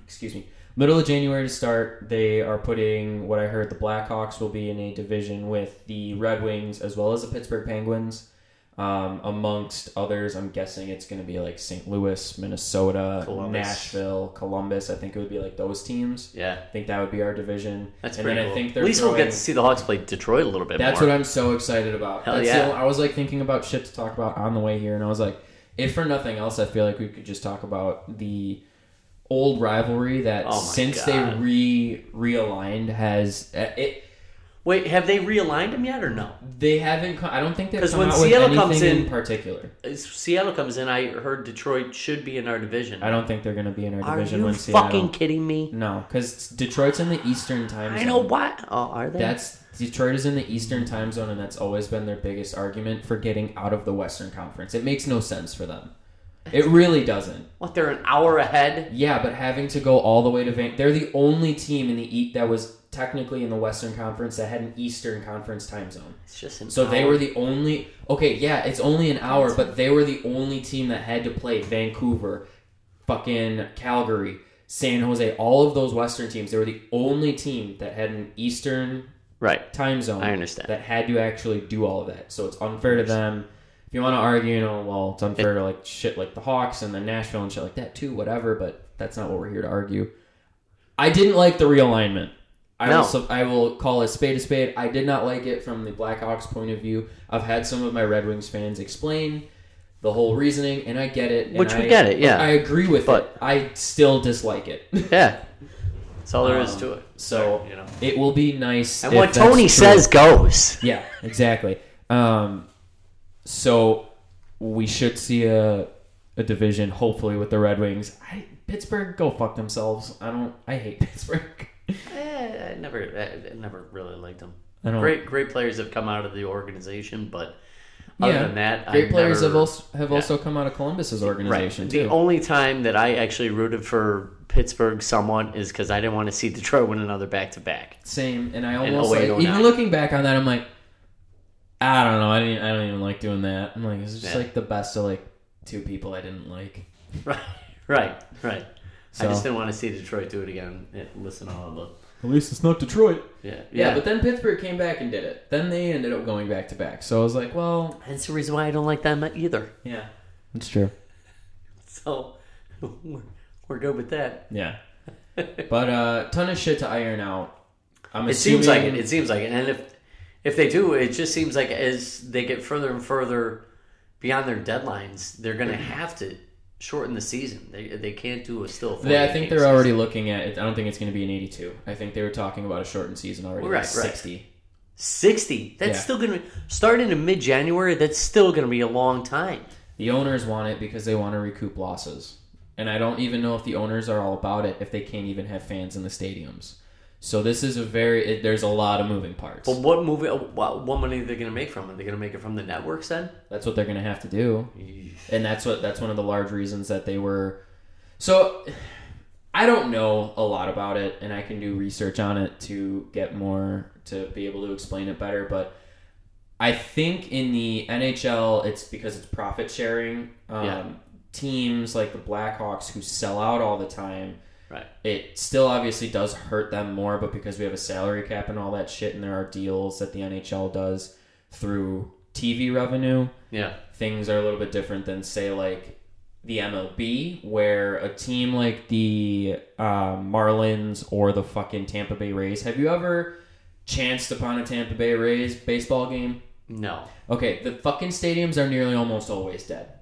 Speaker 1: excuse me. Middle of January to start. They are putting what I heard the Blackhawks will be in a division with the Red Wings as well as the Pittsburgh Penguins. Um, amongst others, I'm guessing it's going to be like St. Louis, Minnesota,
Speaker 2: Columbus.
Speaker 1: Nashville, Columbus. I think it would be like those teams.
Speaker 2: yeah,
Speaker 1: I think that would be our division.
Speaker 2: that's
Speaker 1: and
Speaker 2: pretty
Speaker 1: then
Speaker 2: cool.
Speaker 1: I think
Speaker 2: At
Speaker 1: they're
Speaker 2: least we'll
Speaker 1: throwing-
Speaker 2: get to see the Hawks play Detroit a little bit
Speaker 1: that's
Speaker 2: more.
Speaker 1: what I'm so excited about.
Speaker 2: Hell
Speaker 1: That's
Speaker 2: yeah.
Speaker 1: the- I was like thinking about shit to talk about on the way here, and I was like, if for nothing else, I feel like we could just talk about the old rivalry that
Speaker 2: Oh my
Speaker 1: since
Speaker 2: God.
Speaker 1: they re realigned has uh, it.
Speaker 2: Wait, have they realigned them yet or no?
Speaker 1: They haven't. co- I don't think they've
Speaker 2: 'Cause
Speaker 1: come
Speaker 2: when
Speaker 1: out with
Speaker 2: Seattle
Speaker 1: anything
Speaker 2: comes
Speaker 1: in,
Speaker 2: in-
Speaker 1: particular.
Speaker 2: As Seattle comes in. I heard Detroit should be in our division.
Speaker 1: I don't think they're going to be in our
Speaker 2: Are
Speaker 1: division
Speaker 2: you
Speaker 1: when Seattle.
Speaker 2: fucking kidding me?
Speaker 1: No, because Detroit's in the Eastern time zone.
Speaker 2: I know what. Oh, are they?
Speaker 1: That's Detroit is in the Eastern time zone, and that's always been their biggest argument for getting out of the Western Conference. It makes no sense for them. It really doesn't.
Speaker 2: what? They're an hour ahead.
Speaker 1: Yeah, but having to go all the way to Van, they're the only team in the East that was technically in the Western Conference that had an Eastern Conference time zone.
Speaker 2: It's just an
Speaker 1: So they
Speaker 2: hour.
Speaker 1: were the only. Okay, yeah, it's only an hour, but they were the only team that had to play Vancouver, fucking Calgary, San Jose, all of those Western teams. They were the only team that had an Eastern
Speaker 2: right.
Speaker 1: time zone.
Speaker 2: I understand.
Speaker 1: that had to actually do all of that. So it's unfair to them. If you want to argue, you know, well, it's unfair to like shit like the Hawks and then Nashville and shit like that too, whatever. But that's not what we're here to argue. I didn't like the realignment. I
Speaker 2: No.
Speaker 1: will will I will call a spade a spade. I did not like it from the Blackhawks point of view. I've had some of my Red Wings fans explain the whole reasoning, and I get it. and
Speaker 2: Which we
Speaker 1: I-
Speaker 2: get it, yeah.
Speaker 1: I agree with
Speaker 2: But-
Speaker 1: it. I still dislike it.
Speaker 2: Yeah. That's all there is
Speaker 1: Um,
Speaker 2: to it.
Speaker 1: So
Speaker 2: You know.
Speaker 1: it will be nice.
Speaker 2: And
Speaker 1: if
Speaker 2: what
Speaker 1: that's
Speaker 2: Tony
Speaker 1: true.
Speaker 2: says goes.
Speaker 1: Yeah, exactly. Um, so we should see a a division hopefully with the Red Wings. I, Pittsburgh, go fuck themselves. I don't. I hate Pittsburgh.
Speaker 2: Eh, I never, I I never really liked them.
Speaker 1: I don't.
Speaker 2: Great, great players have come out of the organization, but other
Speaker 1: Yeah.
Speaker 2: than that,
Speaker 1: great
Speaker 2: I
Speaker 1: players
Speaker 2: never,
Speaker 1: have also have also come out of Columbus's organization
Speaker 2: Right. The
Speaker 1: too.
Speaker 2: only time that I actually rooted for Pittsburgh somewhat is because I didn't want to see Detroit win another back to back.
Speaker 1: Same, and I almost
Speaker 2: 08,
Speaker 1: like, even
Speaker 2: 09.
Speaker 1: looking back on that, I'm like, I don't know. I didn't. I don't even like doing that. I'm like, it's just
Speaker 2: Yeah.
Speaker 1: like the best of like two people I didn't like.
Speaker 2: Right, right, right. I
Speaker 1: So
Speaker 2: just didn't want to see Detroit do it again. Yeah, listen, to all of them.
Speaker 1: at least it's not Detroit.
Speaker 2: Yeah,
Speaker 1: Yeah,
Speaker 2: yeah.
Speaker 1: but then Pittsburgh came back and did it. Then they ended up going back to back. So I was like, well,
Speaker 2: That's the reason why I don't like them e-, either.
Speaker 1: yeah, that's true.
Speaker 2: So we're, we're good with that.
Speaker 1: Yeah, but uh, ton of shit to iron out. I'm
Speaker 2: It
Speaker 1: assuming,
Speaker 2: seems like it. It seems like it. And if if they do, it just seems like as they get further and further beyond their deadlines, they're
Speaker 1: Mm-hmm.
Speaker 2: going to have to shorten the season. They, they can't do a still.
Speaker 1: Yeah, I
Speaker 2: 48
Speaker 1: think
Speaker 2: game
Speaker 1: they're
Speaker 2: season.
Speaker 1: already looking at it. I don't think it's going to be an 82. I think they were talking about a shortened season already,
Speaker 2: Right,
Speaker 1: like
Speaker 2: right.
Speaker 1: 60.
Speaker 2: sixty. That's
Speaker 1: Yeah.
Speaker 2: still going to starting in mid January. That's still going to be a long time.
Speaker 1: The owners want it because they want to recoup losses, and I don't even know if the owners are all about it if they can't even have fans in the stadiums. So this is a very it, there's a lot of moving parts.
Speaker 2: But what movie? uh, What, what money are they going to make from it? Are they going to make it from the networks then?
Speaker 1: That's what they're going to have to do. and that's what that's one of the large reasons that they were so i don't know a lot about it and i can do research on it to get more to be able to explain it better but i think in the nhl it's because it's profit sharing um,
Speaker 2: Yeah.
Speaker 1: teams like the blackhawks who sell out all the time
Speaker 2: Right.
Speaker 1: it still obviously does hurt them more, but because we have a salary cap and all that shit, and there are deals that the NHL does through TV revenue,
Speaker 2: Yeah.
Speaker 1: things are a little bit different than say like the MLB where a team like the uh, Marlins or the fucking Tampa Bay Rays. Have you ever chanced upon a Tampa Bay Rays baseball game?
Speaker 2: No.
Speaker 1: Okay, the fucking stadiums are nearly almost always dead.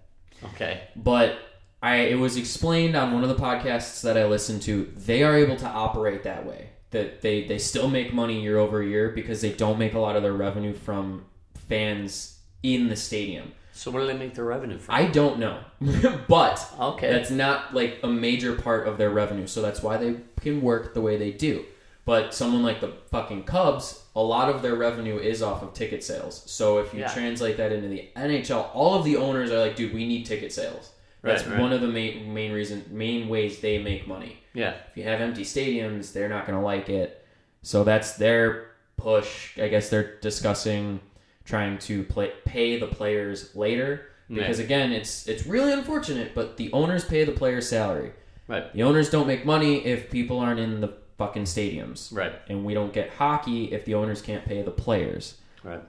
Speaker 2: Okay.
Speaker 1: But I it was explained on one of the podcasts that I listened to, they are able to operate that way. That they, they still make money year over year because they don't make a lot of their revenue from fans in the stadium.
Speaker 2: So where do they make their revenue from?
Speaker 1: I don't know. but
Speaker 2: okay.
Speaker 1: that's not like a major part of their revenue, so that's why they can work the way they do. But someone like the fucking Cubs, a lot of their revenue is off of ticket sales. So if you
Speaker 2: Yeah.
Speaker 1: translate that into the NHL, all of the owners are like, dude, we need ticket sales. That's
Speaker 2: Right, right.
Speaker 1: one of the main main reason main ways they make money.
Speaker 2: yeah.
Speaker 1: If you have empty stadiums, they're not going to like it. So that's their push. I guess they're discussing trying to play, pay the players later because again, it's it's really unfortunate, but the owners pay the player's salary.
Speaker 2: Right.
Speaker 1: The owners don't make money if people aren't in the fucking stadiums.
Speaker 2: Right.
Speaker 1: And we don't get hockey if the owners can't pay the players.
Speaker 2: Right.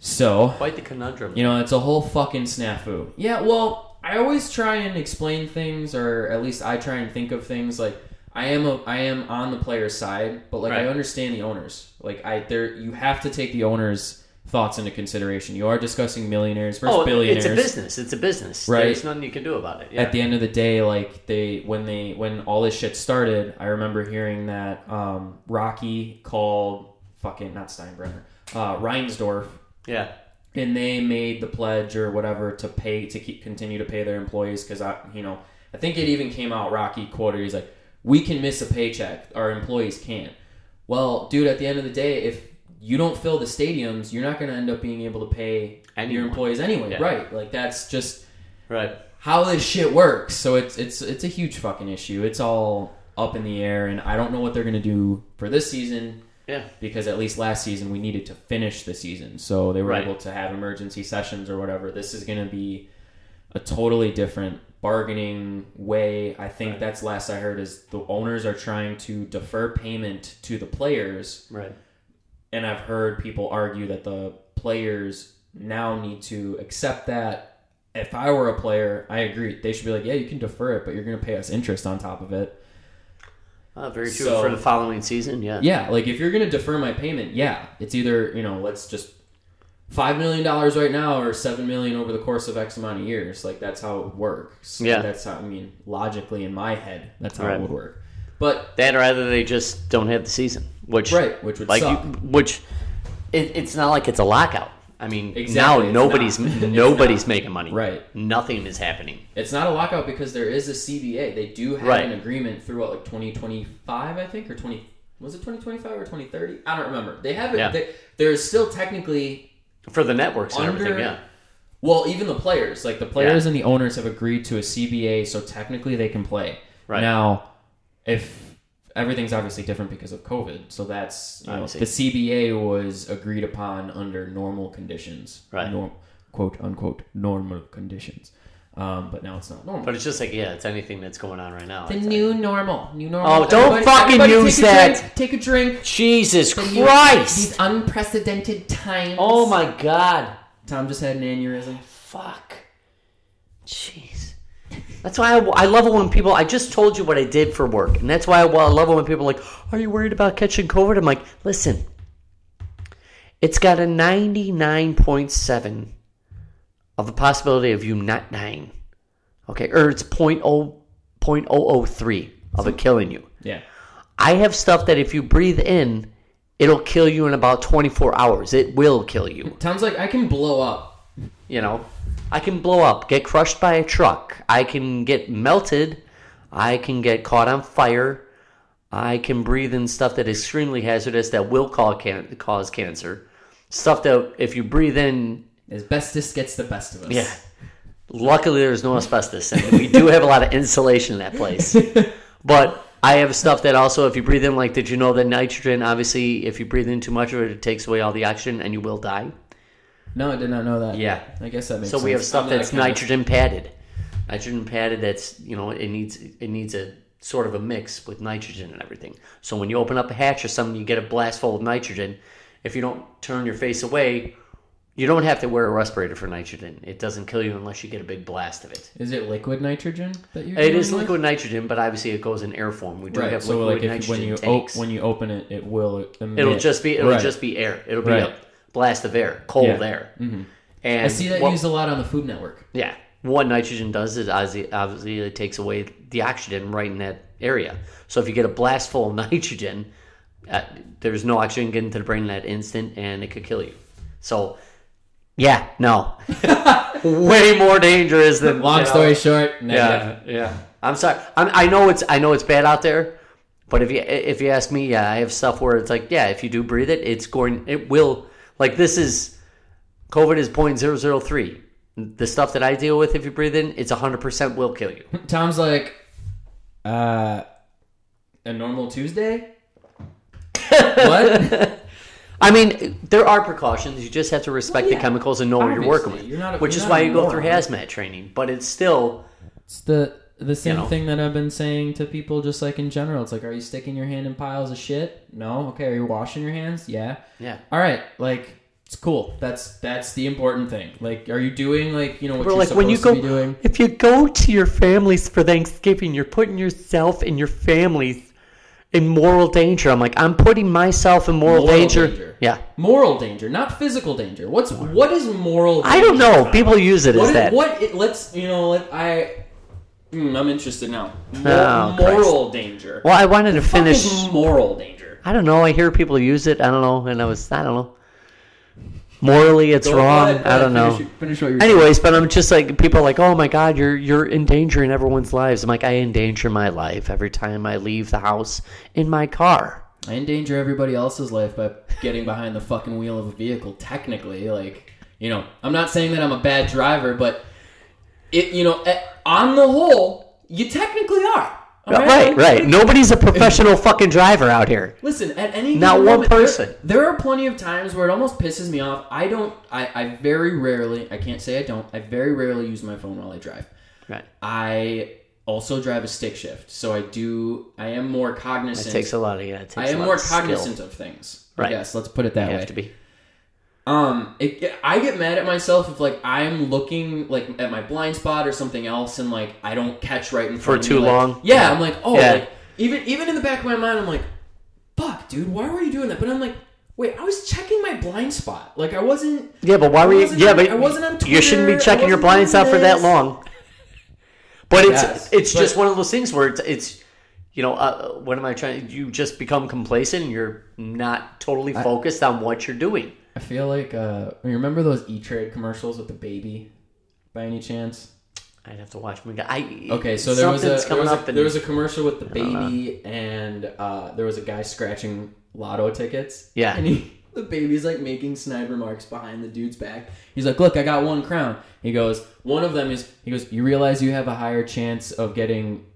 Speaker 1: So,
Speaker 2: Quite the conundrum.
Speaker 1: you know, it's a whole fucking snafu. Yeah, well, I always try and explain things, or at least I try and think of things like I am a I am on the player's side, but like I
Speaker 2: Right.
Speaker 1: understand the owners. Like I there you have to take the owners' thoughts into consideration. You are discussing millionaires versus
Speaker 2: oh,
Speaker 1: billionaires.
Speaker 2: it's a business. It's a business.
Speaker 1: Right.
Speaker 2: There's nothing you can do about it. Yeah.
Speaker 1: at the end of the day, like they when they when all this shit started, I remember hearing that um, Rocky called fucking not Steinbrenner, uh, Reinsdorf,
Speaker 2: yeah.
Speaker 1: and they made the pledge or whatever to pay to keep continue to pay their employees because I you know I think it even came out Rocky quoted he's like we can miss a paycheck our employees can't. Well, dude, at the end of the day, if you don't fill the stadiums, you're not going to end up being able to pay your
Speaker 2: Anyone.
Speaker 1: employees anyway,
Speaker 2: Yeah.
Speaker 1: right? Like that's just
Speaker 2: Right.
Speaker 1: how this shit works. So it's it's it's a huge fucking issue. It's all up in the air, and I don't know what they're gonna do for this season
Speaker 2: Yeah.
Speaker 1: because at least last season we needed to finish the season, so they were
Speaker 2: Right.
Speaker 1: able to have emergency sessions or whatever. This is gonna be a totally different bargaining way. I think
Speaker 2: Right.
Speaker 1: that's last I heard is the owners are trying to defer payment to the players
Speaker 2: Right.
Speaker 1: and I've heard people argue that the players now need to accept that. If I were a player, I agree. They should be like, yeah, you can defer it, but you're going to pay us interest on top of it.
Speaker 2: Uh, very true
Speaker 1: So-
Speaker 2: for the following season. Yeah.
Speaker 1: Yeah, like if you're going to defer my payment, yeah, it's either you know, let's just five million dollars right now or seven million over the course of X amount of years. Like that's how it would work. So
Speaker 2: Yeah.
Speaker 1: that's how I mean logically in my head, that's how it
Speaker 2: Right.
Speaker 1: would work. But
Speaker 2: That or either they just don't have the season, which
Speaker 1: right, which would
Speaker 2: like
Speaker 1: suck.
Speaker 2: you, which it, it's not like it's a lockout. I mean,
Speaker 1: Exactly,
Speaker 2: now
Speaker 1: it's
Speaker 2: nobody's
Speaker 1: not. It's
Speaker 2: nobody's making money.
Speaker 1: Right.
Speaker 2: Nothing is happening.
Speaker 1: It's not a lockout because there is a CBA. They do have
Speaker 2: Right.
Speaker 1: an agreement throughout like 2025, I think, or 20 was it 2025 or 2030? I don't remember. They have it.
Speaker 2: Yeah.
Speaker 1: They, there's still technically
Speaker 2: For the networks and
Speaker 1: under.
Speaker 2: everything, yeah.
Speaker 1: Well, even the players, like the players and the owners, have agreed to a CBA, so technically they can play.
Speaker 2: Right.
Speaker 1: now, if everything's obviously different because of COVID, so that's you know, the
Speaker 2: Obviously.
Speaker 1: CBA was agreed upon under normal conditions,
Speaker 2: Right.
Speaker 1: Norm, quote unquote normal conditions, um, but now it's not normal.
Speaker 2: But it's just like, yeah, it's anything that's going on right now.
Speaker 1: The
Speaker 2: It's like-
Speaker 1: new normal. New normal.
Speaker 2: Oh, don't fucking
Speaker 1: take
Speaker 2: use
Speaker 1: a drink,
Speaker 2: that.
Speaker 1: take a drink.
Speaker 2: Jesus
Speaker 1: The new- These
Speaker 2: Christ!
Speaker 1: unprecedented times.
Speaker 2: Oh my God!
Speaker 1: Tom just had an aneurysm.
Speaker 2: Fuck. Jeez. That's why I, I love it when people. I just told you what I did for work, and that's why I, well, I love it when people are like, "Are you worried about catching COVID?" I'm like, "Listen, it's got a 99.7 of the possibility of you not dying. Okay, or it's oh, 0.0, 0.003 of it killing you.
Speaker 1: Yeah.
Speaker 2: I have stuff that if you breathe in, it'll kill you in about 24 hours. It will kill you."
Speaker 1: Tom's like, I can blow up.
Speaker 2: you know i can blow up get crushed by a truck i can get melted i can get caught on fire i can breathe in stuff that is extremely hazardous that will cause, can- cause cancer stuff that if you breathe in
Speaker 1: Asbestos gets the best of us.
Speaker 2: yeah luckily there's no asbestos and we do have a lot of insulation in that place but i have stuff that also if you breathe in like did you know that nitrogen obviously if you breathe in too much of it it takes away all the oxygen and you will die
Speaker 1: No, I did not know that.
Speaker 2: Yeah.
Speaker 1: I guess that makes
Speaker 2: So
Speaker 1: sense.
Speaker 2: we have stuff
Speaker 1: I'm not a
Speaker 2: that's
Speaker 1: chemist.
Speaker 2: nitrogen padded. Nitrogen padded that's you know, it needs it needs a sort of a mix with nitrogen and everything. So when you open up a hatch or something you get a blast full of nitrogen. If you don't turn your face away, You don't have to wear a respirator for nitrogen. It doesn't kill you unless you get a big blast of it.
Speaker 1: Is it liquid nitrogen that you?
Speaker 2: It is liquid nitrogen, but obviously it goes in air form. We do
Speaker 1: Right.
Speaker 2: have
Speaker 1: So like
Speaker 2: liquid
Speaker 1: if
Speaker 2: nitrogen
Speaker 1: when you op-
Speaker 2: tanks.
Speaker 1: when you open it, it will. Emit.
Speaker 2: it'll just be it'll
Speaker 1: Right.
Speaker 2: just be air. It'll be
Speaker 1: Right.
Speaker 2: a blast of air, cold
Speaker 1: Yeah. Mm-hmm.
Speaker 2: air. And
Speaker 1: I see that
Speaker 2: what-
Speaker 1: used a lot on the Food Network.
Speaker 2: Yeah. What nitrogen does is obviously, obviously it takes away the oxygen right in that area. So if you get a blast full of nitrogen, uh, there's no oxygen getting to the brain in that instant, and it could kill you. So, yeah, no, way more dangerous than
Speaker 1: Long
Speaker 2: you know,
Speaker 1: story short, negative.
Speaker 2: Yeah, yeah. I'm sorry. I'm, I know it's I know it's bad out there, but if you if you ask me, yeah, I have stuff where it's like, yeah, if you do breathe it, it's going, it will. Like this is COVID is point zero zero three. The stuff that I deal with, if you breathe in, it's hundred percent will kill you.
Speaker 1: Tom's like, uh, a normal Tuesday. what?
Speaker 2: I mean, there are precautions. You just have to respect
Speaker 1: Well, yeah.
Speaker 2: the chemicals and know what you're working
Speaker 1: Obviously.
Speaker 2: with,
Speaker 1: You're not a-
Speaker 2: which
Speaker 1: you're
Speaker 2: is
Speaker 1: not
Speaker 2: why
Speaker 1: a
Speaker 2: you go through
Speaker 1: moron.
Speaker 2: hazmat training. But it's still
Speaker 1: It's the the same
Speaker 2: know.
Speaker 1: thing that I've been saying to people, just like in general. It's like, are you sticking your hand in piles of shit? No. Okay. Are you washing your hands? Yeah.
Speaker 2: yeah.
Speaker 1: All right. Like. It's cool. That's that's the important thing. Like, are you doing like you know what
Speaker 2: Or
Speaker 1: you're
Speaker 2: like
Speaker 1: supposed
Speaker 2: when you
Speaker 1: to
Speaker 2: go,
Speaker 1: be doing?
Speaker 2: if you go to your families for Thanksgiving, you're putting yourself and your families in moral danger. I'm like, I'm putting myself in moral,
Speaker 1: Moral
Speaker 2: danger.
Speaker 1: danger.
Speaker 2: Yeah,
Speaker 1: Moral danger, not physical danger. What's what is moral? Danger?
Speaker 2: I don't know. People use it
Speaker 1: What
Speaker 2: as
Speaker 1: is-
Speaker 2: that.
Speaker 1: what it, let's you know let, I mm, I'm interested now. Mo-
Speaker 2: Oh, Christ.
Speaker 1: moral danger.
Speaker 2: Well, I wanted to
Speaker 1: Fuck
Speaker 2: finish.
Speaker 1: is moral danger.
Speaker 2: I don't know. I hear people use it. I don't know, and I was, I don't know. Morally, it's
Speaker 1: Go
Speaker 2: wrong.
Speaker 1: ahead, go
Speaker 2: I
Speaker 1: ahead,
Speaker 2: don't know.
Speaker 1: Finish, finish what you're saying.
Speaker 2: Anyways, but I'm just like people are like, oh my god, you're you're endangering everyone's lives. I'm like, I endanger my life every time I leave the house in my car.
Speaker 1: I endanger everybody else's life by getting behind the fucking wheel of a vehicle. Technically, like you know, I'm not saying that I'm a bad driver, but it you know, eh, on the whole, you technically are. All
Speaker 2: Right, right. Nobody's a professional fucking driver out here.
Speaker 1: Listen, at any
Speaker 2: Not
Speaker 1: given
Speaker 2: one
Speaker 1: moment, there-
Speaker 2: person.
Speaker 1: There, are plenty of times where it almost pisses me off. I don't. I, I very rarely. I can't say I don't. I very rarely use my phone while I drive.
Speaker 2: Right.
Speaker 1: I also drive a stick shift, so I do. I am more
Speaker 2: It
Speaker 1: cognizant.
Speaker 2: takes a lot of yeah. It takes
Speaker 1: I
Speaker 2: a
Speaker 1: am
Speaker 2: lot
Speaker 1: more
Speaker 2: of skill.
Speaker 1: cognizant of things.
Speaker 2: Right.
Speaker 1: Yes, let's put it that
Speaker 2: You
Speaker 1: way.
Speaker 2: have to be.
Speaker 1: Um, it, I get mad at myself if like I'm looking like at my blind spot or something else, and like I don't catch right in front
Speaker 2: For
Speaker 1: of me,
Speaker 2: too
Speaker 1: like-
Speaker 2: long?
Speaker 1: Yeah, I'm like, oh,
Speaker 2: Yeah.
Speaker 1: like even even in the back of my mind, I'm like, fuck, dude, why were you doing that? But I'm like, wait, I was checking my blind spot. Like I wasn't.
Speaker 2: Yeah, but why
Speaker 1: I
Speaker 2: were you?
Speaker 1: wasn't
Speaker 2: Yeah,
Speaker 1: on-
Speaker 2: but
Speaker 1: I wasn't on
Speaker 2: you shouldn't be
Speaker 1: Twitter, I
Speaker 2: checking your
Speaker 1: wasn't
Speaker 2: blinds
Speaker 1: doing
Speaker 2: out for that
Speaker 1: this.
Speaker 2: long. But it's
Speaker 1: Yes,
Speaker 2: it's
Speaker 1: but-
Speaker 2: just one of those things where it's it's you know uh, what am I trying? You just become complacent. and You're not totally focused on what you're doing.
Speaker 1: I feel like uh, you remember those E Trade commercials with the baby, by any chance?
Speaker 2: I'd have to watch. them again. I
Speaker 1: Okay, so there was
Speaker 2: something's
Speaker 1: a, there
Speaker 2: coming
Speaker 1: was a,
Speaker 2: up and-
Speaker 1: there was a commercial with the baby, and uh, there was a guy scratching lotto tickets.
Speaker 2: Yeah.
Speaker 1: and he, the baby's like making snide remarks behind the dude's back. He's like, "Look, I got one crown." He goes, "One of them is." He goes, "You realize you have a higher chance of getting."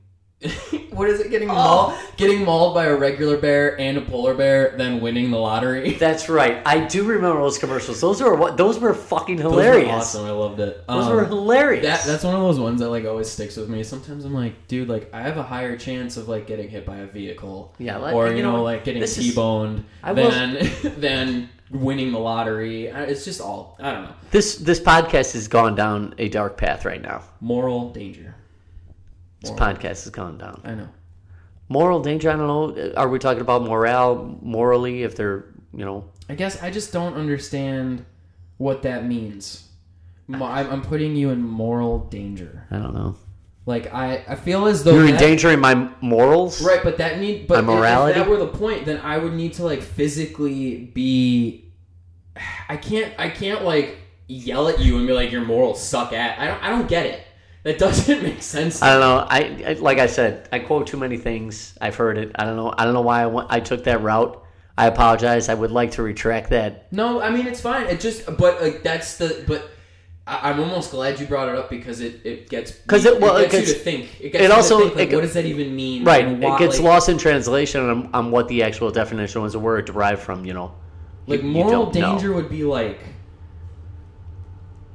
Speaker 1: what is it? Getting
Speaker 2: Oh.
Speaker 1: mauled, getting mauled by a regular bear and a polar bear, than winning the lottery.
Speaker 2: That's right. I do remember those commercials. Those were what? Those were fucking
Speaker 1: Those were
Speaker 2: hilarious.
Speaker 1: awesome. I loved it.
Speaker 2: Those
Speaker 1: Um,
Speaker 2: were hilarious.
Speaker 1: That that's one of those ones that like always sticks with me. Sometimes I'm like, dude, like I have a higher chance of like getting hit by a vehicle,
Speaker 2: Yeah, like-
Speaker 1: or
Speaker 2: and
Speaker 1: you,
Speaker 2: you
Speaker 1: know,
Speaker 2: know what?
Speaker 1: like getting
Speaker 2: This is-
Speaker 1: t-boned
Speaker 2: I will-
Speaker 1: than than winning the lottery. I- It's just all I don't know.
Speaker 2: this this podcast has gone down a dark path right now.
Speaker 1: Moral danger.
Speaker 2: This podcast has gone down.
Speaker 1: I know.
Speaker 2: moral danger. I don't know. Uh, Are we talking about morale morally? If they're you know,
Speaker 1: I guess I just don't understand what that means. Mo- I'm I'm putting you in moral danger.
Speaker 2: I don't know.
Speaker 1: Like I, I feel as though
Speaker 2: You're
Speaker 1: that-
Speaker 2: endangering my morals.
Speaker 1: Right, but that need but
Speaker 2: My morality?
Speaker 1: if that were the point, then I would need to like physically be I can't I can't like yell at you and be like your morals suck at. I don't I don't get it. That doesn't make sense.
Speaker 2: I don't know. I, I like I said, I quote too many things. I've heard it. I don't know. I don't know why I went, I took that route. I apologize. I would like to retract that.
Speaker 1: no, I mean it's fine. It just but like that's the but I, I'm almost glad you brought it up because it it gets
Speaker 2: 'Cause it- well, it
Speaker 1: gets you
Speaker 2: gets-
Speaker 1: to think. It gets
Speaker 2: it
Speaker 1: you to
Speaker 2: also-
Speaker 1: think, like,
Speaker 2: it go-
Speaker 1: what does that even mean?
Speaker 2: Right.
Speaker 1: and why-
Speaker 2: it gets
Speaker 1: like-
Speaker 2: lost in translation on, on what the actual definition was, a word derived from. You know,
Speaker 1: Like
Speaker 2: You- you
Speaker 1: moral
Speaker 2: don't know.
Speaker 1: danger would be like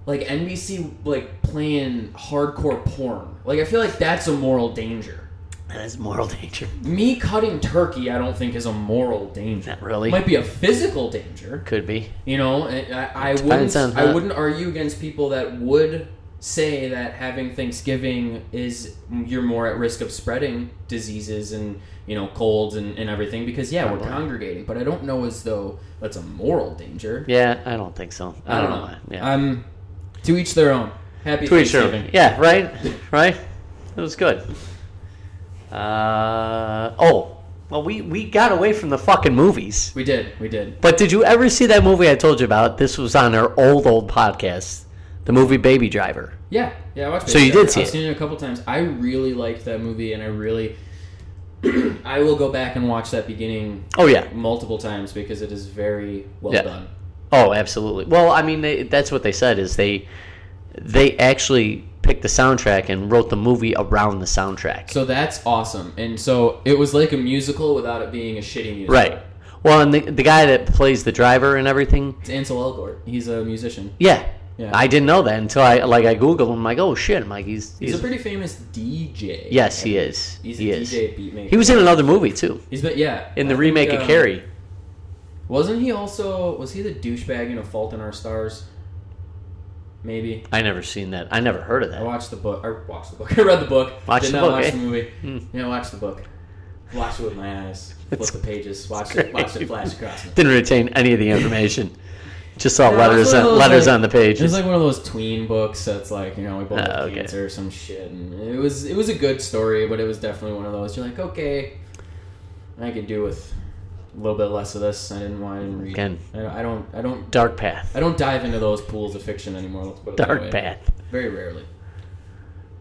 Speaker 1: like NBC like playing hardcore porn. Like I feel like that's a moral danger.
Speaker 2: That is moral danger.
Speaker 1: Me cutting turkey, I don't think is a moral danger.
Speaker 2: Not really.
Speaker 1: It might be a physical danger.
Speaker 2: Could be.
Speaker 1: You know, and I, I
Speaker 2: Depends
Speaker 1: wouldn't.
Speaker 2: on
Speaker 1: I
Speaker 2: how-
Speaker 1: wouldn't argue against people that would say that having Thanksgiving is you're more at risk of spreading diseases and you know colds and, and everything because yeah we're
Speaker 2: Probably.
Speaker 1: congregating, but I don't know as though that's a moral danger.
Speaker 2: Yeah, I don't think so. Uh, I, don't know. why. Yeah.
Speaker 1: Um, to each their own. Happy
Speaker 2: Tweet
Speaker 1: Thanksgiving.
Speaker 2: Sherman. Yeah, right? Right? It was good. Uh, oh, well, we, we got away from the fucking movies.
Speaker 1: We did. We did.
Speaker 2: But did you ever see that movie I told you about? This was on our old, old podcast, the movie Baby Driver.
Speaker 1: Yeah, yeah, I watched.
Speaker 2: So
Speaker 1: Baby
Speaker 2: you
Speaker 1: Driver.
Speaker 2: did see
Speaker 1: I've
Speaker 2: it.
Speaker 1: seen it a couple times. I really liked that movie, and I really, I will go back and watch that beginning
Speaker 2: Oh, yeah.
Speaker 1: multiple times because it is very well
Speaker 2: Yeah.
Speaker 1: done.
Speaker 2: Oh, absolutely. Well, I mean, they, that's what they said is they they actually picked the soundtrack and wrote the movie around the soundtrack.
Speaker 1: So that's awesome. And so it was like a musical without it being a shitty musical.
Speaker 2: right. Well, and the, the guy that plays the driver and everything,
Speaker 1: It's Ansel Elgort. He's a musician.
Speaker 2: yeah,
Speaker 1: Yeah.
Speaker 2: I didn't know that until I like I googled him. I'm like, oh shit, I'm like he's
Speaker 1: He's,
Speaker 2: he's,
Speaker 1: a pretty famous DJ.
Speaker 2: yes, he is.
Speaker 1: He's
Speaker 2: he
Speaker 1: a
Speaker 2: is.
Speaker 1: DJ beatmaker.
Speaker 2: He was in another movie too,
Speaker 1: He's been yeah.
Speaker 2: in the
Speaker 1: I think,
Speaker 2: remake of
Speaker 1: um,
Speaker 2: Carrie.
Speaker 1: Wasn't he also? Was he the douchebag in A Fault in Our Stars? Maybe.
Speaker 2: I never seen that. I never heard of
Speaker 1: Oh, I
Speaker 2: that.
Speaker 1: watched the book. I watched the book. I read the book.
Speaker 2: Watched
Speaker 1: Did
Speaker 2: the
Speaker 1: not
Speaker 2: book,
Speaker 1: watch
Speaker 2: eh?
Speaker 1: the movie.
Speaker 2: Mm.
Speaker 1: Yeah, watched the book. Watched it with my eyes. Flip
Speaker 2: It's-
Speaker 1: the pages. Watched it. Watched it
Speaker 2: great.
Speaker 1: flash across. Me.
Speaker 2: Didn't retain any of the information. Just saw
Speaker 1: Yeah,
Speaker 2: letters
Speaker 1: it's one of
Speaker 2: on,
Speaker 1: those,
Speaker 2: letters
Speaker 1: like-
Speaker 2: on the
Speaker 1: It was
Speaker 2: pages.
Speaker 1: like one of those tween books that's like you know we both
Speaker 2: Ah,
Speaker 1: have
Speaker 2: okay.
Speaker 1: cancer or some shit, and it was it was a good story, but it was definitely one of those you're like okay, I could do with a little bit less of this. I didn't want to read.
Speaker 2: Again.
Speaker 1: I I don't I don't
Speaker 2: Dark Path.
Speaker 1: I don't dive into those pools of fiction anymore. Let's put it that way.
Speaker 2: Dark Path.
Speaker 1: Very rarely.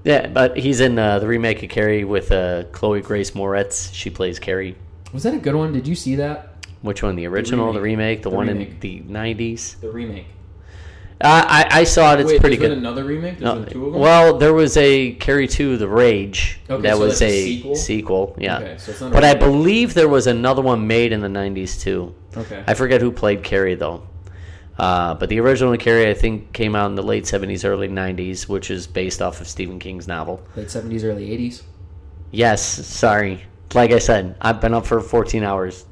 Speaker 2: Yeah, but he's in uh, the remake of Carrie with uh, Chloe Grace Moretz. She plays Carrie.
Speaker 1: Was that a good one? Did you see that?
Speaker 2: Which one? The original, the remake, the,
Speaker 1: The
Speaker 2: one
Speaker 1: remake.
Speaker 2: in the '90s.
Speaker 1: The remake.
Speaker 2: Uh, I I saw it. It's
Speaker 1: Wait,
Speaker 2: pretty
Speaker 1: there's
Speaker 2: good.
Speaker 1: been another remake. There's
Speaker 2: No,
Speaker 1: been two of them.
Speaker 2: well, there was a Carrie Two: The Rage.
Speaker 1: Okay,
Speaker 2: that
Speaker 1: so
Speaker 2: was
Speaker 1: that's a
Speaker 2: a
Speaker 1: sequel?
Speaker 2: Yeah,
Speaker 1: Okay, so it's not a
Speaker 2: but I
Speaker 1: remake.
Speaker 2: believe there was another one made in the '90s too.
Speaker 1: okay.
Speaker 2: I forget who played Carrie though. Uh, but the original Carrie, I think, came out in the late '70s, early '90s, which is based off of Stephen King's novel.
Speaker 1: Late seventies, early eighties.
Speaker 2: Yes, sorry. Like I said, I've been up for 14 hours,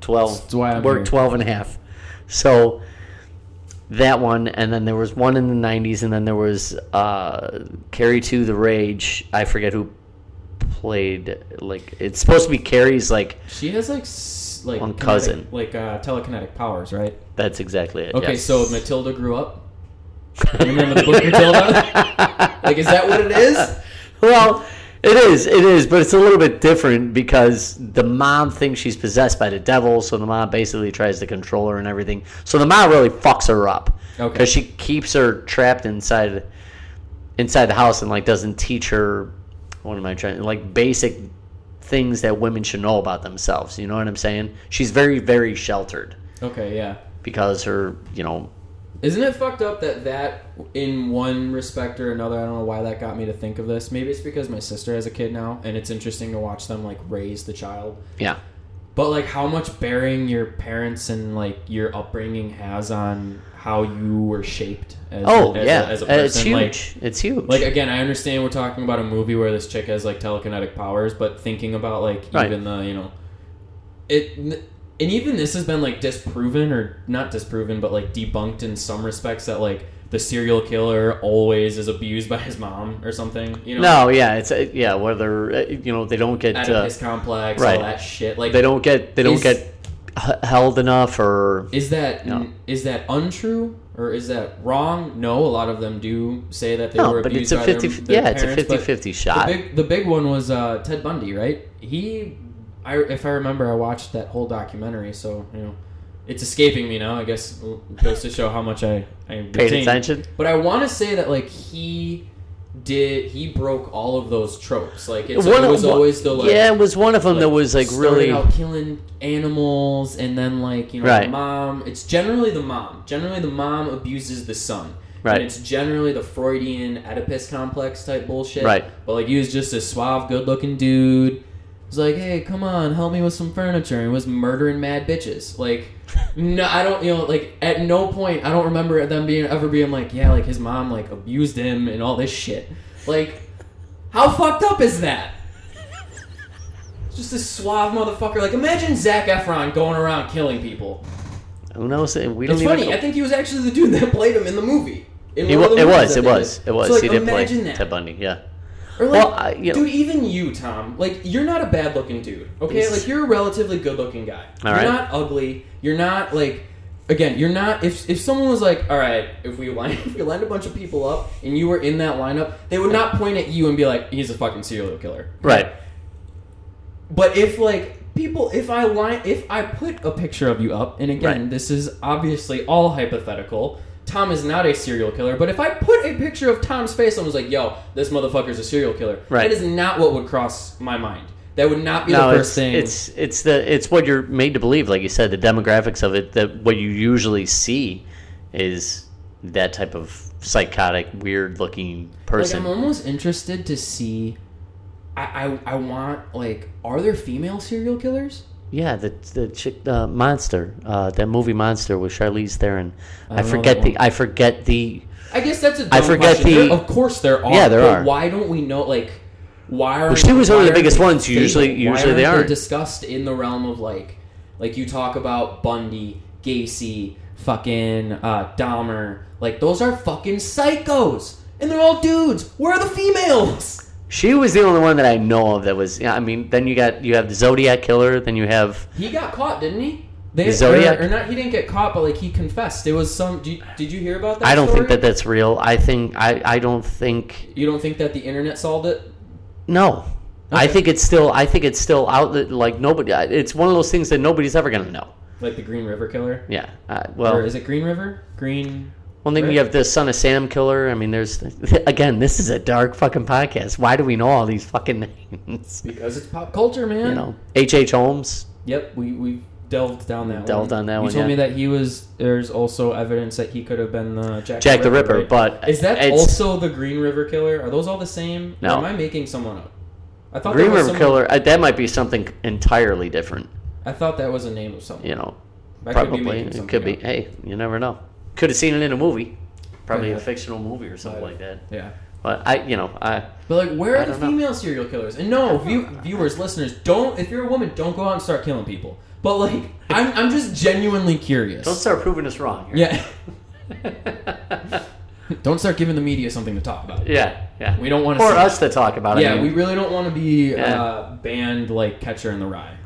Speaker 2: 12,
Speaker 1: That's why I'm
Speaker 2: worked
Speaker 1: here.
Speaker 2: 12 and a half. So that one, and then there was one in the 90s, and then there was uh, Carrie 2 The Rage. I forget who played, like, it's supposed to be Carrie's, like,
Speaker 1: She has like s- like
Speaker 2: One
Speaker 1: kinetic-
Speaker 2: cousin.
Speaker 1: like uh, telekinetic powers, right?
Speaker 2: that's exactly it.
Speaker 1: Okay,
Speaker 2: yes.
Speaker 1: so Matilda grew up. Remember the book Matilda? like, is that what it is?
Speaker 2: Well, it is, it is, but it's a little bit different because the mom thinks she's possessed by the devil, so the mom basically tries to control her and everything. So the mom really fucks her up
Speaker 1: Okay.
Speaker 2: because she keeps her trapped inside inside the house and like doesn't teach her what am I trying like basic things that women should know about themselves. You know what I'm saying? She's very very sheltered
Speaker 1: Okay, yeah.
Speaker 2: because her you know
Speaker 1: Isn't it fucked up that that, in one respect or another, I don't know why that got me to think of this. Maybe it's because my sister has a kid now, and it's interesting to watch them like raise the child.
Speaker 2: yeah
Speaker 1: But like, how much bearing your parents and like your upbringing has on how you were shaped. As,
Speaker 2: oh
Speaker 1: as
Speaker 2: yeah
Speaker 1: a, as a
Speaker 2: Uh,
Speaker 1: person,
Speaker 2: it's huge
Speaker 1: like
Speaker 2: it's huge
Speaker 1: Like again, I understand we're talking about a movie where this chick has like telekinetic powers, but thinking about like
Speaker 2: Right.
Speaker 1: even the you know, it and even this has been like disproven or not disproven, but like debunked in some respects that like the serial killer always is abused by his mom or something. You know,
Speaker 2: No, yeah, it's uh, yeah. Whether uh, you know they don't get uh,
Speaker 1: Oedipus complex,
Speaker 2: right.
Speaker 1: all that shit. Like,
Speaker 2: they don't get they don't
Speaker 1: Is-
Speaker 2: get h- held enough or
Speaker 1: is that
Speaker 2: No.
Speaker 1: is that untrue or is that wrong? No, a lot of them do say that they
Speaker 2: no,
Speaker 1: were
Speaker 2: but
Speaker 1: abused
Speaker 2: it's a
Speaker 1: by
Speaker 2: fifty
Speaker 1: their, their
Speaker 2: yeah, it's
Speaker 1: parents,
Speaker 2: a
Speaker 1: but-
Speaker 2: 50-50
Speaker 1: The
Speaker 2: shot.
Speaker 1: big, the big one was uh, Ted Bundy, right? He, I, if I remember, I watched that whole documentary, so you know, it's escaping me now. I guess it goes to show how much I, I
Speaker 2: Paid
Speaker 1: retain.
Speaker 2: attention.
Speaker 1: But I want to say that like he did, he broke all of those tropes. Like it's,
Speaker 2: One
Speaker 1: it
Speaker 2: of-
Speaker 1: was always the like,
Speaker 2: yeah, it was one of them that was like
Speaker 1: started
Speaker 2: really
Speaker 1: out killing animals, and then like you know,
Speaker 2: Right.
Speaker 1: the mom. It's generally the mom. Generally, the mom abuses the son.
Speaker 2: Right.
Speaker 1: And it's generally the Freudian Oedipus complex type bullshit.
Speaker 2: Right.
Speaker 1: But like he was just a suave, good-looking dude. He's like, hey, come on, help me with some furniture, and was murdering mad bitches. Like, no, I don't, you know, like at no point I don't remember them being ever being like, yeah, like his mom like abused him and all this shit. Like, how fucked up is that? Just this suave motherfucker. Like, imagine Zach Efron going around killing people.
Speaker 2: Who knows? We don't
Speaker 1: It's
Speaker 2: even.
Speaker 1: funny.
Speaker 2: know.
Speaker 1: I think he was actually the dude that played him in the movie. In
Speaker 2: He
Speaker 1: one
Speaker 2: wa-
Speaker 1: of the
Speaker 2: it
Speaker 1: movies
Speaker 2: was,
Speaker 1: that
Speaker 2: it
Speaker 1: they
Speaker 2: was, it was.
Speaker 1: So, like,
Speaker 2: he did play
Speaker 1: imagine that.
Speaker 2: Ted Bundy. Yeah.
Speaker 1: Or like,
Speaker 2: Well, I- you know-
Speaker 1: dude, even you, Tom. Like, you're not a bad looking dude. Okay,
Speaker 2: Yes.
Speaker 1: like you're a relatively good looking guy.
Speaker 2: All
Speaker 1: you're
Speaker 2: right.
Speaker 1: not ugly. You're not like, again, you're not. If if someone was like, all right, if we line if we lined a bunch of people up and you were in that lineup, they would not point at you and be like, he's a fucking serial killer.
Speaker 2: Right.
Speaker 1: But if like people, if I line, if I put a picture of you up, and again,
Speaker 2: Right.
Speaker 1: this is obviously all hypothetical. Tom is not a serial killer, but if I put a picture of Tom's face, I was like, "Yo, this motherfucker's a serial killer."
Speaker 2: Right.
Speaker 1: That is not what would cross my mind. That would not be
Speaker 2: No,
Speaker 1: the
Speaker 2: it's,
Speaker 1: first thing.
Speaker 2: it's it's the it's what you're made to believe, like you said, the demographics of it. That what you usually see is that type of psychotic, weird-looking
Speaker 1: like
Speaker 2: person.
Speaker 1: I'm almost interested to see. I, I I want like, are there female serial killers?
Speaker 2: Yeah, the the chick uh, monster, uh, that movie monster with Charlize Theron. I,
Speaker 1: don't know
Speaker 2: forget
Speaker 1: that
Speaker 2: the
Speaker 1: one.
Speaker 2: I forget the
Speaker 1: I guess that's a dumb
Speaker 2: I forget
Speaker 1: question.
Speaker 2: the-
Speaker 1: There- of course there are.
Speaker 2: Yeah, there
Speaker 1: but
Speaker 2: are.
Speaker 1: Why don't we know? Like, why are
Speaker 2: Well, she was
Speaker 1: why
Speaker 2: one of the
Speaker 1: aren't
Speaker 2: biggest
Speaker 1: they
Speaker 2: ones.
Speaker 1: stable?
Speaker 2: Usually-
Speaker 1: why
Speaker 2: usually they aren't.
Speaker 1: discussed in the realm of like, like you talk about Bundy, Gacy, fucking uh, Dahmer. Like those are fucking psychos, and they're all dudes. Where are the females?
Speaker 2: She was the only one that I know of that was. Yeah, I mean, then you got you have the Zodiac killer. Then you have
Speaker 1: He got caught, didn't he? They,
Speaker 2: The Zodiac?
Speaker 1: or, or not? He didn't get caught, but like he confessed. It was some. Did you, did you hear about that?
Speaker 2: I don't
Speaker 1: story?
Speaker 2: think that that's real. I think I I don't think
Speaker 1: You don't think that the internet solved it?
Speaker 2: no. I think it's still I think it's still out that like nobody. I- It's one of those things that nobody's ever gonna know.
Speaker 1: Like the Green River Killer,
Speaker 2: Yeah. Uh,
Speaker 1: or
Speaker 2: well,
Speaker 1: is it Green River? Green.
Speaker 2: well, then
Speaker 1: right.
Speaker 2: you have the Son of Sam killer. I mean, there's again, this is a dark fucking podcast. Why do we know all these fucking names?
Speaker 1: Because it's pop culture, man.
Speaker 2: You know, H. H. Holmes.
Speaker 1: Yep, we we delved down that.
Speaker 2: Delved
Speaker 1: one.
Speaker 2: on that
Speaker 1: you
Speaker 2: one,
Speaker 1: told
Speaker 2: yeah.
Speaker 1: me that he was. There's also evidence that he could have been the Jack,
Speaker 2: Jack the Ripper,
Speaker 1: right?
Speaker 2: but
Speaker 1: is that
Speaker 2: it's-
Speaker 1: also the Green River Killer? Are those all the same?
Speaker 2: No.
Speaker 1: Or am I making someone up? I thought
Speaker 2: Green
Speaker 1: that was
Speaker 2: River
Speaker 1: someone-
Speaker 2: Killer. uh, That might be something entirely different.
Speaker 1: I thought that was a name of something.
Speaker 2: You know,
Speaker 1: I could be
Speaker 2: probably
Speaker 1: making
Speaker 2: it
Speaker 1: something
Speaker 2: could be.
Speaker 1: up.
Speaker 2: Hey, you never know. Could have seen it in a movie, probably a
Speaker 1: Yeah.
Speaker 2: fictional movie or something like that.
Speaker 1: Yeah.
Speaker 2: But I, you know, I
Speaker 1: But like, where
Speaker 2: I
Speaker 1: are the
Speaker 2: don't know.
Speaker 1: female serial killers? And no, view, viewers, listeners, don't. If you're a woman, don't go out and start killing people. But like, I'm I'm just genuinely curious.
Speaker 2: don't start proving us wrong. Here.
Speaker 1: yeah. don't start giving the media something to talk about.
Speaker 2: yeah, yeah.
Speaker 1: We don't wanna
Speaker 2: for
Speaker 1: see-
Speaker 2: us to talk about. it. I
Speaker 1: Yeah,
Speaker 2: mean,
Speaker 1: we really don't want to be
Speaker 2: Yeah.
Speaker 1: uh, banned like Catcher in the Rye.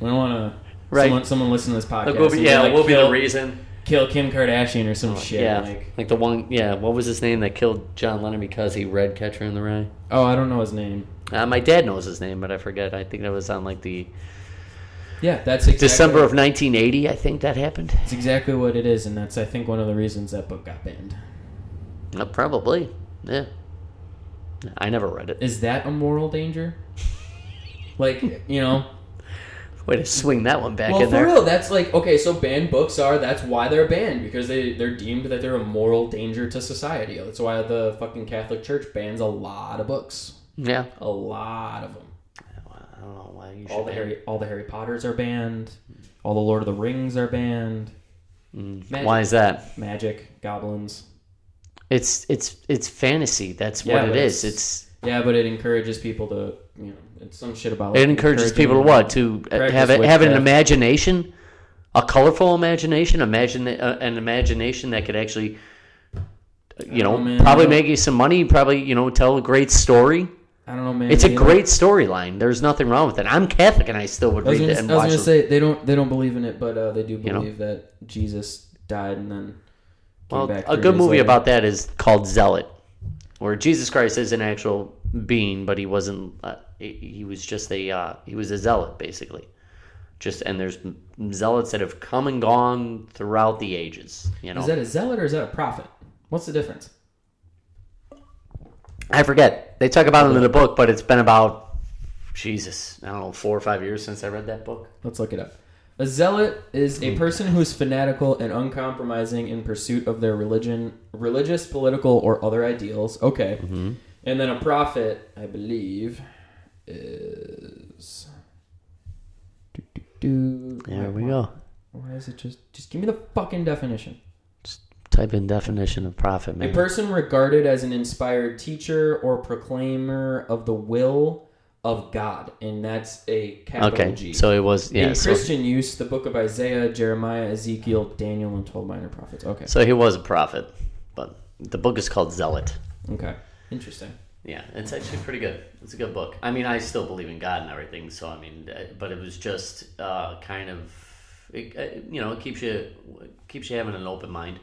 Speaker 1: we don't want to.
Speaker 2: Right.
Speaker 1: Someone, someone listen to this podcast.
Speaker 2: Like, we'll be,
Speaker 1: and be
Speaker 2: yeah,
Speaker 1: like,
Speaker 2: we'll be
Speaker 1: kill,
Speaker 2: the reason.
Speaker 1: kill Kim Kardashian or some shit.
Speaker 2: yeah,
Speaker 1: Like,
Speaker 2: like the one. Yeah, what was his name that killed John Lennon because he read Catcher in the Rye?
Speaker 1: oh, I don't know his name.
Speaker 2: Uh, my dad knows his name, but I forget. I think that was on like the
Speaker 1: Yeah, that's exactly
Speaker 2: December of 1980. I think that happened.
Speaker 1: That's exactly what it is, and that's I think one of the reasons that book got banned.
Speaker 2: Uh, probably. Yeah. I never read it.
Speaker 1: Is that a moral danger? Like you know,
Speaker 2: Way to swing that one back
Speaker 1: well
Speaker 2: in
Speaker 1: for
Speaker 2: there.
Speaker 1: real, that's like okay. So banned books are that's why they're banned because they they're deemed that they're a moral danger to society. That's why the fucking Catholic Church bans a lot of books.
Speaker 2: Yeah.
Speaker 1: A lot of them.
Speaker 2: I don't know why you
Speaker 1: All
Speaker 2: should.
Speaker 1: the Harry, all the Harry Potters are banned. All the Lord of the Rings are banned. Magic,
Speaker 2: Mm. Why is that?
Speaker 1: magic goblins?
Speaker 2: It's it's it's fantasy. That's
Speaker 1: Yeah,
Speaker 2: what it
Speaker 1: but
Speaker 2: is.
Speaker 1: it's-
Speaker 2: It's,
Speaker 1: Yeah, but it encourages people to you know it's some shit about.
Speaker 2: it encourages people to
Speaker 1: encouraging-
Speaker 2: what to uh,
Speaker 1: practice
Speaker 2: have it, have an
Speaker 1: witchcraft.
Speaker 2: imagination, a colorful imagination, imagine uh, an imagination that could actually, uh, you know,
Speaker 1: Oh, man,
Speaker 2: probably
Speaker 1: I don't-
Speaker 2: make you some money. Probably you know tell a great story.
Speaker 1: I don't know, man.
Speaker 2: It's a
Speaker 1: They don't-
Speaker 2: great storyline. There's nothing wrong with it. I'm Catholic and I still would
Speaker 1: I was
Speaker 2: read
Speaker 1: gonna,
Speaker 2: it and
Speaker 1: I was
Speaker 2: watch
Speaker 1: gonna
Speaker 2: it.
Speaker 1: say they don't they don't believe in it, but uh, they do
Speaker 2: know?
Speaker 1: believe that Jesus died and then. came
Speaker 2: Well,
Speaker 1: back
Speaker 2: a
Speaker 1: three
Speaker 2: good
Speaker 1: days
Speaker 2: movie
Speaker 1: later.
Speaker 2: about that is called Zealot, where Jesus Christ is an actual being, but he wasn't. Uh, he he was just a uh, he was a zealot basically. Just and there's zealots that have come and gone throughout the ages. You know,
Speaker 1: Is that a zealot or is that a prophet? What's the difference?
Speaker 2: I forget. They talk about him in the book, but it's been about Jesus. I don't know, four or five years since I read that book.
Speaker 1: Let's look it up. A zealot is a person who is fanatical and uncompromising in pursuit of their religion, religious, political, or other ideals. Okay.
Speaker 2: Mm-hmm.
Speaker 1: And then a prophet, I believe, is. Do, do, do.
Speaker 2: There
Speaker 1: Why-
Speaker 2: we go.
Speaker 1: Why is it just. Just give me the fucking definition.
Speaker 2: Type in definition of prophet,
Speaker 1: A
Speaker 2: man.
Speaker 1: person regarded as an inspired teacher or proclaimer of the will of God, and that's a capital
Speaker 2: Okay.
Speaker 1: G.
Speaker 2: So it was yeah.
Speaker 1: in
Speaker 2: So,
Speaker 1: Christian use, the book of Isaiah, Jeremiah, Ezekiel, Daniel, and twelve minor prophets. Okay,
Speaker 2: so he was a prophet, but the book is called Zealot.
Speaker 1: okay, interesting.
Speaker 2: Yeah, it's actually pretty good. It's a good book. I mean, I still believe in God and everything, so I mean, uh, but it was just uh, kind of, it, uh, you know, it keeps you it keeps you having an open mind,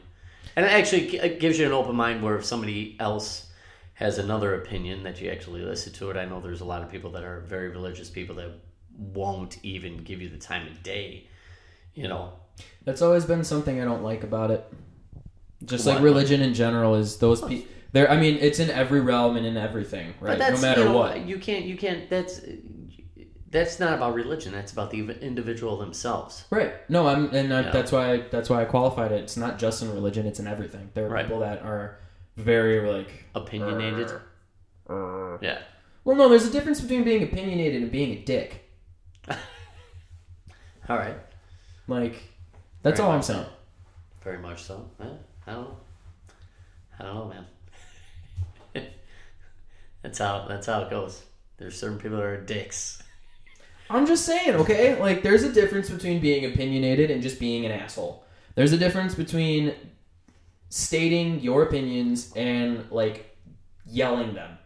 Speaker 2: and it actually g- it gives you an open mind where if somebody else has another opinion that you actually listen to it. I know there's a lot of people that are very religious people that won't even give you the time of day, you know.
Speaker 1: That's always been something I don't like about it. Just
Speaker 2: What?
Speaker 1: like religion in general is those people. There, I mean, it's in every realm and in everything, right? No
Speaker 2: But that's,
Speaker 1: matter
Speaker 2: you know,
Speaker 1: what.
Speaker 2: you can't you can't that's that's not about religion. That's about the individual themselves.
Speaker 1: Right. No, I'm, and I,
Speaker 2: Yeah.
Speaker 1: that's why that's why I qualified it. It's not just in religion; it's in everything. There are
Speaker 2: Right.
Speaker 1: people that are very like.
Speaker 2: opinionated. Yeah.
Speaker 1: Well, no, there's a difference between being opinionated and being a dick.
Speaker 2: All right.
Speaker 1: Like, that's
Speaker 2: Very
Speaker 1: all I'm
Speaker 2: much
Speaker 1: saying.
Speaker 2: so. Very much so. Yeah, I don't know. I don't know, man. that's how that's how it goes. There's certain people that are dicks.
Speaker 1: I'm just saying, okay? Like, there's a difference between being opinionated and just being an asshole. There's a difference between stating your opinions and, like, yelling them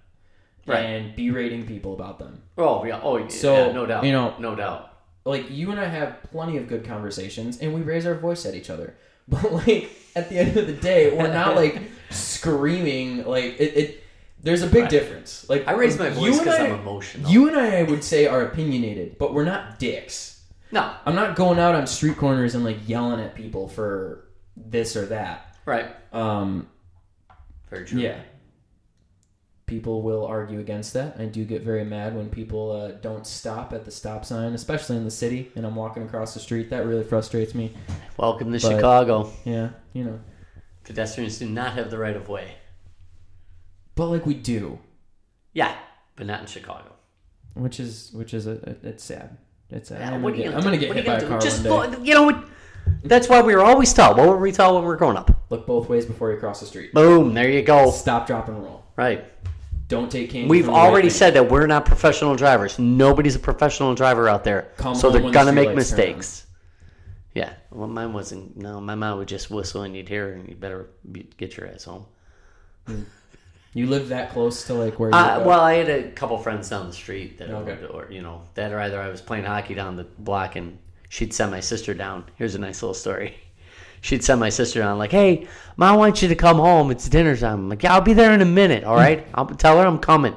Speaker 2: Right.
Speaker 1: and berating people about them.
Speaker 2: Oh yeah. Oh yeah.
Speaker 1: So,
Speaker 2: yeah, no doubt.
Speaker 1: you know-
Speaker 2: No doubt.
Speaker 1: Like, you and I have plenty of good conversations and we raise our voice at each other. But, like, at the end of the day, we're not, like, screaming. Like, it, it there's a big
Speaker 2: Right.
Speaker 1: difference. Like,
Speaker 2: I raise my
Speaker 1: you
Speaker 2: voice
Speaker 1: and
Speaker 2: because
Speaker 1: I-
Speaker 2: I'm emotional.
Speaker 1: You and I, I would say, are opinionated, but we're not dicks.
Speaker 2: no.
Speaker 1: I'm not going out on street corners and like yelling at people for this or that.
Speaker 2: Right.
Speaker 1: Um,
Speaker 2: Very true.
Speaker 1: yeah. People will argue against that. I do get very mad when people uh, don't stop at the stop sign, especially in the city, and I'm walking across the street. That really frustrates me.
Speaker 2: Welcome to
Speaker 1: But-
Speaker 2: Chicago.
Speaker 1: Yeah, you know.
Speaker 2: Pedestrians do not have the right of way.
Speaker 1: But like we do,
Speaker 2: Yeah, but not in Chicago.
Speaker 1: which is which is a, a it's sad. It's sad. I'm,
Speaker 2: Uh, What
Speaker 1: gonna
Speaker 2: are you
Speaker 1: get,
Speaker 2: gonna
Speaker 1: I'm
Speaker 2: do?
Speaker 1: gonna get
Speaker 2: What are
Speaker 1: hit
Speaker 2: you
Speaker 1: by
Speaker 2: gonna
Speaker 1: a car
Speaker 2: do? Just
Speaker 1: one day.
Speaker 2: go- you know what? That's why we were always taught. What were we taught when we were growing up?
Speaker 1: Look both ways before you cross the street.
Speaker 2: Boom. There you go.
Speaker 1: Stop, drop, and roll.
Speaker 2: Right.
Speaker 1: Don't take candy.
Speaker 2: We've
Speaker 1: from the right
Speaker 2: already
Speaker 1: man.
Speaker 2: said that we're not professional drivers. Nobody's a professional driver out there,
Speaker 1: Come
Speaker 2: so
Speaker 1: home
Speaker 2: they're
Speaker 1: when the
Speaker 2: gonna make
Speaker 1: streetlights turn on.
Speaker 2: mistakes. Yeah, well, mine wasn't. No, my mom would just whistle and you'd hear, her and you better be- get your ass home.
Speaker 1: you live that close to like where you
Speaker 2: Uh,
Speaker 1: go.
Speaker 2: well, I had a couple friends down the street that,
Speaker 1: Okay.
Speaker 2: would- or you know, that or either I was playing hockey down the block and she'd send my sister down. Here's a nice little story. She'd send my sister down like, "Hey, mom wants you to come home. It's dinner time." I'm like, "Yeah, I'll be there in a minute. All right, I'll tell her I'm coming."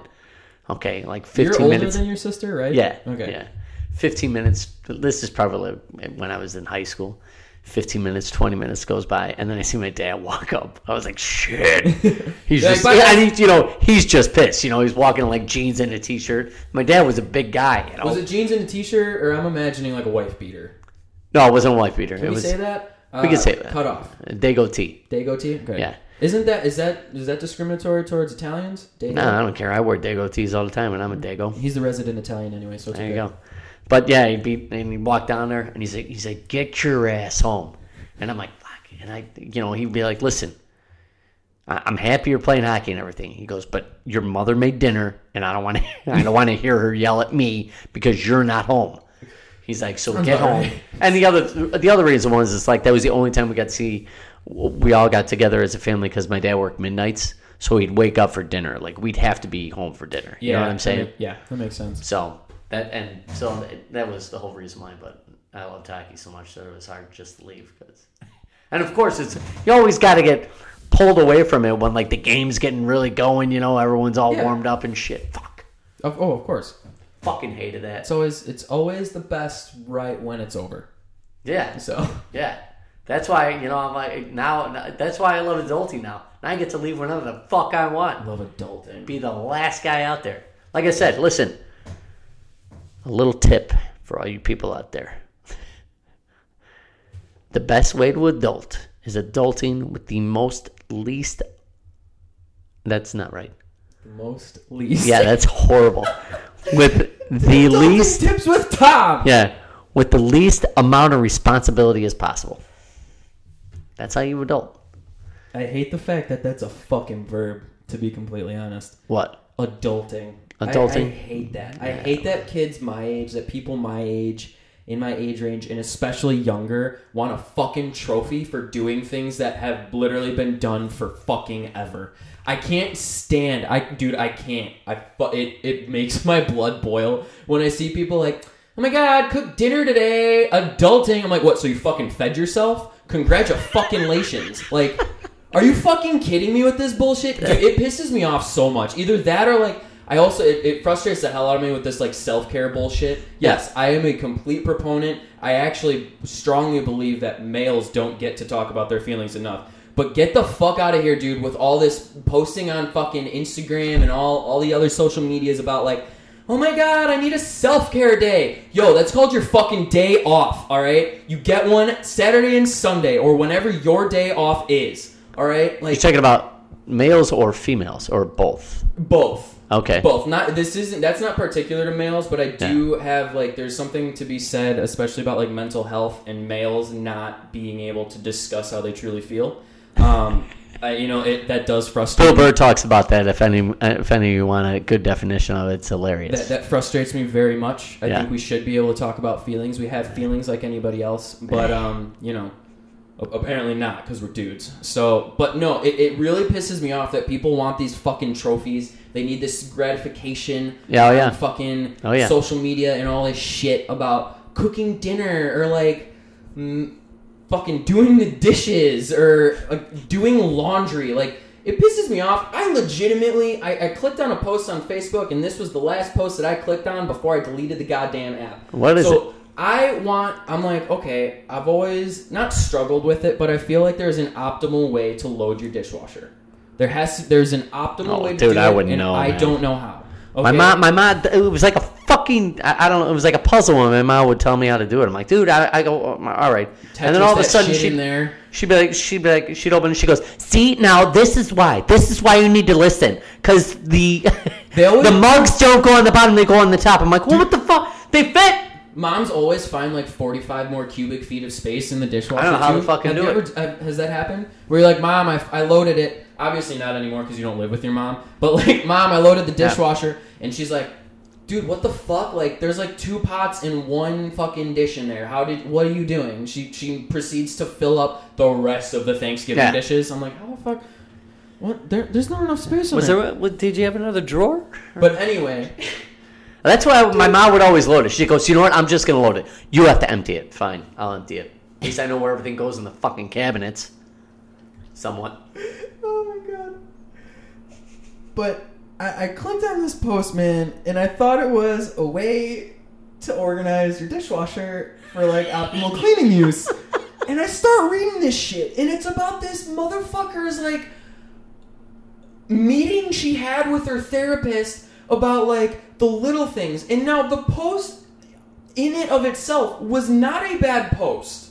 Speaker 2: Okay, like 15
Speaker 1: You're older
Speaker 2: minutes.
Speaker 1: than your sister, right?
Speaker 2: Yeah.
Speaker 1: Okay.
Speaker 2: Yeah. 15 minutes. This is probably when I was in high school. 15 minutes, 20 minutes goes by, and then I see my dad walk up. I was like, shit. He's
Speaker 1: You're
Speaker 2: just,
Speaker 1: like, "Bye,
Speaker 2: I think, you know, he's just pissed. You know, he's walking in like jeans and a t shirt. My dad was a big guy, you know.
Speaker 1: Was it jeans and a t-shirt, or I'm imagining like a wife beater?
Speaker 2: no, it wasn't a wife beater. it
Speaker 1: Can we
Speaker 2: was
Speaker 1: say that? Uh,
Speaker 2: we can say that.
Speaker 1: Cut off.
Speaker 2: Dago T.
Speaker 1: Dago tee. Okay.
Speaker 2: Yeah.
Speaker 1: Isn't that is that is that discriminatory towards Italians? Dago.
Speaker 2: No, I don't care. I wear Dago tees all the time, and I'm a Dago.
Speaker 1: He's the resident Italian anyway, so it's
Speaker 2: There you
Speaker 1: okay.
Speaker 2: go. But yeah, he beat and he walked down there and he's like, he's like, get your ass home. And I'm like, fuck. And I, you know, he'd be like, listen, I- I'm happy you're playing hockey and everything. He goes, but your mother made dinner and I don't want to, I don't want to hear her yell at me because you're not home. He's like, so get home.
Speaker 1: sorry.
Speaker 2: And the other, the other reason was, it's like that was the only time we got to see, we all got together as a family because my dad worked midnights, so he'd wake up for dinner. Like we'd have to be home for dinner. You know what I'm
Speaker 1: that
Speaker 2: saying?
Speaker 1: make- yeah, that makes sense.
Speaker 2: So that and so that- that was the whole reason why. But I loved hockey so much that it was hard just to leave. 'cause- and of course, it's you always got to get pulled away from it when like the game's getting really going. You know, everyone's all
Speaker 1: Yeah.
Speaker 2: warmed up and shit. Fuck,
Speaker 1: Of, oh, of course.
Speaker 2: fucking hated that.
Speaker 1: It's always it's always the best right when it's over.
Speaker 2: Yeah,
Speaker 1: So
Speaker 2: yeah. That's why you know I'm like now. That's why I love adulting now. And I get to leave whenever the fuck I want.
Speaker 1: I love adulting.
Speaker 2: be the last guy out there. Like I said, listen, a little tip for all you people out there. the best way to adult is adulting with the most least. That's not right.
Speaker 1: Most least.
Speaker 2: Yeah, that's horrible. with the least.
Speaker 1: Tips with Tom.
Speaker 2: Yeah, with the least amount of responsibility as possible. That's how you adult.
Speaker 1: I hate the fact that that's a fucking verb. To be completely honest,
Speaker 2: What?
Speaker 1: adulting. I, I
Speaker 2: Adulting.
Speaker 1: hate that. I hate that kids my age, that people my age, in my age range, and especially younger, want a fucking trophy for doing things that have literally been done for fucking ever. I can't stand. I dude, I can't. I fu- it it makes my blood boil when I see people like, oh my god, cook dinner today, adulting. I'm like, what? So you fucking fed yourself? Congratulations. like. Are you fucking kidding me with this bullshit? Dude, it pisses me off so much. Either that or like I also it, it frustrates the hell out of me with this like self care bullshit. Yes, I am a complete proponent. I actually strongly believe that males don't get to talk about their feelings enough. But get the fuck out of here, dude, with all this posting on fucking Instagram and all all the other social medias about like Oh my god, I need a self care day. Yo, that's called your fucking day off, alright? You get one Saturday and Sunday, or whenever your day off is, alright? Like,
Speaker 2: You're talking about males or females or both.
Speaker 1: both.
Speaker 2: Okay.
Speaker 1: Both. Not this isn't that's not particular to males, but I do have like there's something to be said, especially about like mental health and males not being able to discuss how they truly feel. Um, I, you know it that does frustrate
Speaker 2: Bill
Speaker 1: me.
Speaker 2: Burr talks about that. If any, if any of you want a good definition of it, it's hilarious.
Speaker 1: That, that frustrates me very much. I
Speaker 2: Yeah.
Speaker 1: think we should be able to talk about feelings. We have feelings like anybody else, but um, you know, a- apparently not because we're dudes. So, but no, it, it really pisses me off that people want these fucking trophies. They need this gratification.
Speaker 2: Yeah, oh,
Speaker 1: on
Speaker 2: yeah.
Speaker 1: Fucking
Speaker 2: Oh, yeah.
Speaker 1: social media and all this shit about cooking dinner or like. M- fucking doing the dishes or uh, doing laundry. Like, it pisses me off. I legitimately, I, I clicked on a post on Facebook, and this was the last post that I clicked on before I deleted the goddamn app.
Speaker 2: What is
Speaker 1: so, I want, I'm like, okay, I've always not struggled with it, but I feel like there's an optimal way to load your dishwasher. There has to, there's an optimal
Speaker 2: Oh,
Speaker 1: way to
Speaker 2: dude,
Speaker 1: do
Speaker 2: I
Speaker 1: it,
Speaker 2: wouldn't
Speaker 1: and
Speaker 2: know,
Speaker 1: I
Speaker 2: man.
Speaker 1: don't know how.
Speaker 2: My
Speaker 1: Okay?
Speaker 2: mom, my mom, it was like a fucking, I, I don't know, it was like a puzzle. And my mom would tell me how to do it. I'm like, dude, I, I go, oh, my- all right. and then
Speaker 1: Tetris
Speaker 2: all of a
Speaker 1: that
Speaker 2: sudden,
Speaker 1: shit
Speaker 2: she,
Speaker 1: in there.
Speaker 2: she'd be like, she'd be like, she'd open, and she goes, see, now this is why, this is why you need to listen, because the,
Speaker 1: They always-
Speaker 2: the mugs don't go on the bottom, they go on the top. I'm like, well, what the fuck? They fit.
Speaker 1: Moms always find like 45 more cubic feet of space in the dishwasher.
Speaker 2: I don't know how
Speaker 1: too.
Speaker 2: to fucking
Speaker 1: Have
Speaker 2: do
Speaker 1: you
Speaker 2: it.
Speaker 1: ever- have- has that happened? Where you're like, Mom, I, I loaded it. Obviously not anymore because you don't live with your mom. But like, Mom, I loaded the
Speaker 2: Yeah.
Speaker 1: dishwasher. And she's like, Dude, what the fuck? Like, there's like two pots and one fucking dish in there. How did, what are you doing? She, she proceeds to fill up the rest of the Thanksgiving
Speaker 2: Yeah.
Speaker 1: dishes. I'm like, How the fuck? What? There, there's not enough space on
Speaker 2: Was
Speaker 1: there.
Speaker 2: there, what, did you have another drawer?
Speaker 1: But anyway,
Speaker 2: That's why my mom would always load it. She goes, "You know what? I'm just gonna load it. You have to empty it. Fine, I'll empty it. At least I know where everything goes in the fucking cabinets." Somewhat.
Speaker 1: Oh my god. But I, I clicked on this post, man, and I thought it was a way to organize your dishwasher for like optimal cleaning use. And I start reading this shit, and it's about this motherfucker's like meeting she had with her therapist about like the little things. And now the post in it of itself was not a bad post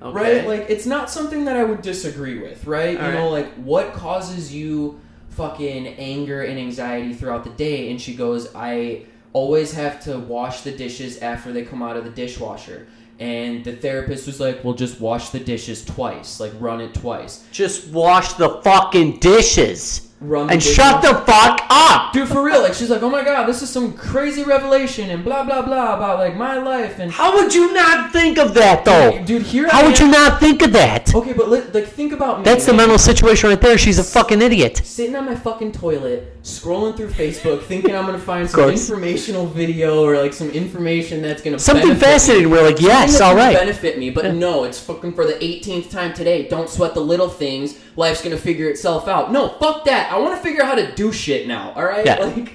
Speaker 1: right? Like it's not something that I would disagree with, right?
Speaker 2: All
Speaker 1: you know, like what causes you fucking anger and anxiety throughout the day? And she goes, I always have to wash the dishes after they come out of the dishwasher. And the therapist was like, "Well, just wash the dishes twice, like run it twice,
Speaker 2: just wash the fucking dishes
Speaker 1: run." The
Speaker 2: and
Speaker 1: dish-
Speaker 2: shut the fuck up.
Speaker 1: dude for real. Like she's like, "Oh my god, this is some crazy revelation," and blah blah blah about like my life and
Speaker 2: How would you not think of that though?
Speaker 1: dude. Here, I
Speaker 2: How would
Speaker 1: am-
Speaker 2: you not think of that?
Speaker 1: Okay, but let, like think about me.
Speaker 2: That's the
Speaker 1: man.
Speaker 2: mental situation right there. She's a fucking idiot.
Speaker 1: sitting on my fucking toilet, scrolling through Facebook, thinking I'm gonna find some
Speaker 2: course.
Speaker 1: informational video or like some information that's gonna
Speaker 2: Something
Speaker 1: benefit me.
Speaker 2: fascinating. We're like, yes,
Speaker 1: Something
Speaker 2: all
Speaker 1: that's gonna
Speaker 2: right.
Speaker 1: benefit me, but no, it's fucking for the 18th time today. Don't sweat the little things. Life's gonna figure itself out. No, fuck that. I want to figure out how to do shit now. All right,
Speaker 2: Yeah.
Speaker 1: like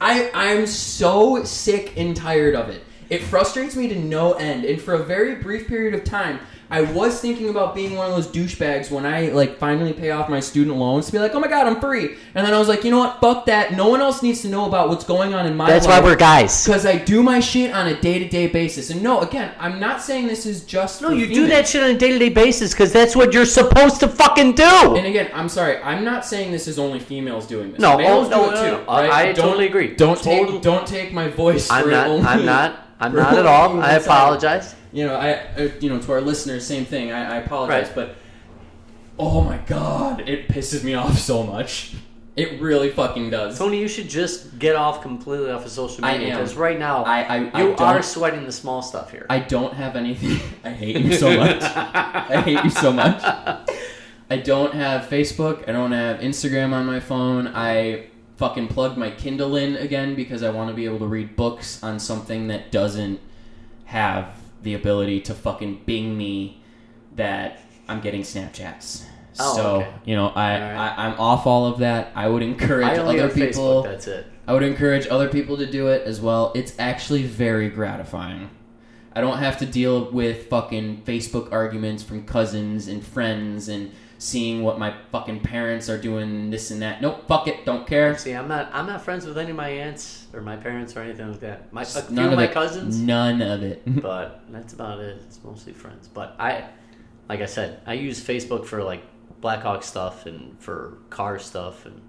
Speaker 1: I I'm so sick and tired of it. It frustrates me to no end. And for a very brief period of time, I was thinking about being one of those douchebags when I like finally pay off my student loans to be like, oh my god, I'm free. And then I was like, you know what? Fuck that. No one else needs to know about what's going on in my
Speaker 2: That's
Speaker 1: life.
Speaker 2: why we're guys.
Speaker 1: Because I do my shit on a day to day basis. And no, again, I'm not saying this is just.
Speaker 2: No, you do that shit on a day to day basis because that's what you're supposed to fucking do.
Speaker 1: And again, I'm sorry. I'm not saying this is only females doing this.
Speaker 2: No,
Speaker 1: males
Speaker 2: oh, no,
Speaker 1: do
Speaker 2: no,
Speaker 1: it too.
Speaker 2: no, no. I-
Speaker 1: right?
Speaker 2: I
Speaker 1: Don't-
Speaker 2: totally agree.
Speaker 1: Don't
Speaker 2: Totally.
Speaker 1: take don't take my voice.
Speaker 2: I'm
Speaker 1: for
Speaker 2: not.
Speaker 1: only-
Speaker 2: I'm not. I'm
Speaker 1: for
Speaker 2: not at
Speaker 1: only
Speaker 2: all.
Speaker 1: one
Speaker 2: I
Speaker 1: side.
Speaker 2: apologize.
Speaker 1: You know, I uh, you know to our listeners, same thing. I, I apologize,
Speaker 2: Right.
Speaker 1: but oh my god, it pisses me off so much. It really fucking does.
Speaker 2: Tony, you should just get off completely off of social
Speaker 1: I
Speaker 2: media
Speaker 1: am.
Speaker 2: because right now
Speaker 1: I I, I
Speaker 2: you
Speaker 1: don't,
Speaker 2: are sweating the small stuff here.
Speaker 1: I don't have anything. I hate you so much. I hate you so much. I don't have Facebook. I don't have Instagram on my phone. I fucking plugged my Kindle in again because I want to be able to read books on something that doesn't have the ability to fucking bing me that I'm getting Snapchats.
Speaker 2: Oh,
Speaker 1: so
Speaker 2: okay.
Speaker 1: you know, I,
Speaker 2: All right.
Speaker 1: I I'm off all of that. I would encourage
Speaker 2: I only
Speaker 1: other
Speaker 2: have
Speaker 1: people.
Speaker 2: Facebook. That's it.
Speaker 1: I would encourage other people to do it as well. It's actually very gratifying. I don't have to deal with fucking Facebook arguments from cousins and friends and seeing what my fucking parents are doing, this and that. Nope, fuck it, don't care.
Speaker 2: See, I'm not I'm not friends with any of my aunts or my parents or anything like that. My a
Speaker 1: Just
Speaker 2: few of my
Speaker 1: it. Mm.
Speaker 2: cousins,
Speaker 1: None of it.
Speaker 2: but that's about it. It's mostly friends. But I, like I said, I use Facebook for like Blackhawk stuff and for car stuff and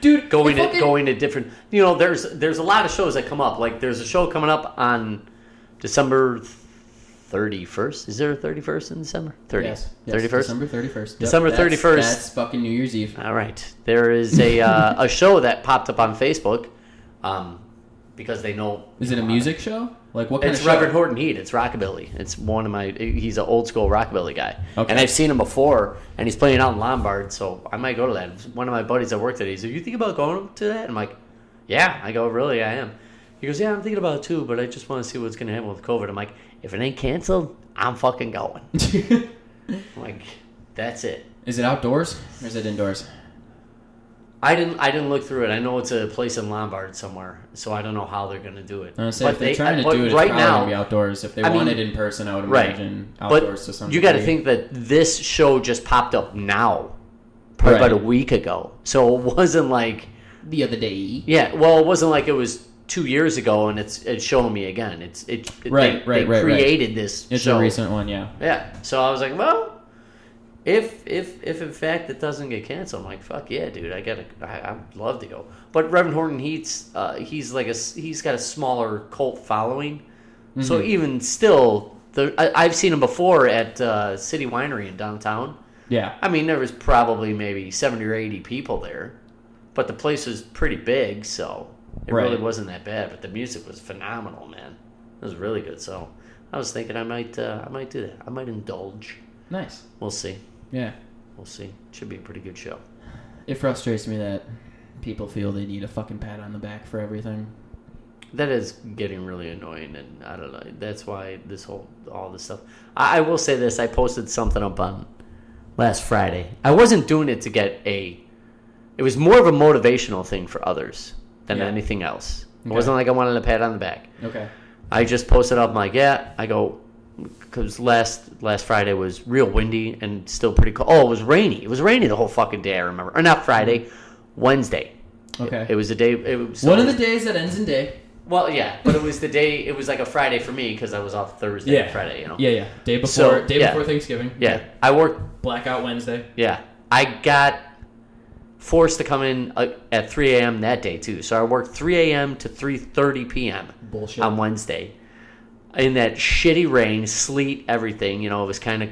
Speaker 1: Dude,
Speaker 2: going
Speaker 1: it
Speaker 2: to
Speaker 1: fucking-
Speaker 2: going to different. You know, there's there's a lot of shows that come up. Like there's a show coming up on December. 31st is there a 31st in december 30th
Speaker 1: Yes, yes,
Speaker 2: 31st
Speaker 1: December 31st. Yep,
Speaker 2: December
Speaker 1: that's-
Speaker 2: 31st.
Speaker 1: That's fucking New Year's Eve.
Speaker 2: All right. There is a uh, a show that popped up on Facebook um, because they know.
Speaker 1: Is it a music show? Like, what kind
Speaker 2: It's
Speaker 1: of show?
Speaker 2: Reverend Horton Heat. It's rockabilly. It's one of my. He's an old school rockabilly guy,
Speaker 1: Okay.
Speaker 2: and I've seen him before. And he's playing out in Lombard, so I might go to that. One of my buddies that worked at, he's like, "You think about going to that?" I'm like, "Yeah." I go, "Really? I am." He goes, "Yeah, I'm thinking about it too, but I just want to see what's going to happen with COVID." I'm like, "If it ain't canceled, I'm fucking going." I'm like, that's it.
Speaker 1: is it outdoors or is it indoors?
Speaker 2: I didn't. I didn't look through it. I know it's a place in Lombard somewhere, so I don't know how they're going to do it.
Speaker 1: I was gonna say, if they're trying to
Speaker 2: but
Speaker 1: do it, it's
Speaker 2: right
Speaker 1: probably
Speaker 2: now.
Speaker 1: gonna be outdoors. If they
Speaker 2: I
Speaker 1: want
Speaker 2: mean-
Speaker 1: it in person, I would
Speaker 2: right.
Speaker 1: imagine outdoors to
Speaker 2: but
Speaker 1: some
Speaker 2: you got to
Speaker 1: degree.
Speaker 2: think that this show just popped up now, probably
Speaker 1: Right.
Speaker 2: about a week ago. So it wasn't like
Speaker 1: the other day.
Speaker 2: yeah. Well, it wasn't like it was two years ago, and it's it's showing me again. It's it. it-
Speaker 1: Right,
Speaker 2: They,
Speaker 1: right,
Speaker 2: they
Speaker 1: right, right.
Speaker 2: created this
Speaker 1: It's
Speaker 2: show.
Speaker 1: a recent one, yeah.
Speaker 2: Yeah. So I was like, well, if if if in fact it doesn't get canceled, I'm like, fuck yeah, dude, I gotta, I, I'd love to go. But Reverend Horton Heat's, uh, he's like a, s- he's got a smaller cult following, so even still, the I, I've seen him before at uh, City Winery in downtown.
Speaker 1: Yeah.
Speaker 2: I mean, there was probably maybe seventy or eighty people there, but the place was pretty big, so it really
Speaker 1: Right.
Speaker 2: wasn't that bad. But the music was phenomenal, man. It was really good. So I was thinking I might, uh, I might do that. I might indulge.
Speaker 1: Nice.
Speaker 2: We'll see.
Speaker 1: Yeah.
Speaker 2: We'll see. Should be a pretty good show.
Speaker 1: It frustrates me that people feel they need a fucking pat on the back for everything.
Speaker 2: That is getting really annoying, and I don't know. That's why this whole all this stuff. I, I will say this: I posted something up on last Friday. I wasn't doing it to get a. It was more of a motivational thing for others than
Speaker 1: Yeah.
Speaker 2: anything else. It
Speaker 1: Okay.
Speaker 2: wasn't like I wanted a pat on the back.
Speaker 1: Okay.
Speaker 2: I just posted up. I'm like, yeah. I go because last last Friday was real windy and still pretty cold. Oh, it was rainy. It was rainy the whole fucking day. I remember, or not Friday, Wednesday.
Speaker 1: Okay.
Speaker 2: It was a day. It was
Speaker 1: Mm-hmm. one of the days that ends in day.
Speaker 2: well, yeah, but it was the day. It was like a Friday for me because I was off Thursday and Friday. You know.
Speaker 1: Yeah, yeah. Day before
Speaker 2: So,
Speaker 1: day
Speaker 2: yeah.
Speaker 1: before Thanksgiving.
Speaker 2: Yeah, I worked.
Speaker 1: Blackout Wednesday.
Speaker 2: Yeah, I got forced to come in uh, at 3 a.m. that day too. So I worked 3 a.m. to 3:30 p.m.
Speaker 1: Bullshit.
Speaker 2: on Wednesday in that shitty rain, sleet, everything. You know, it was kind of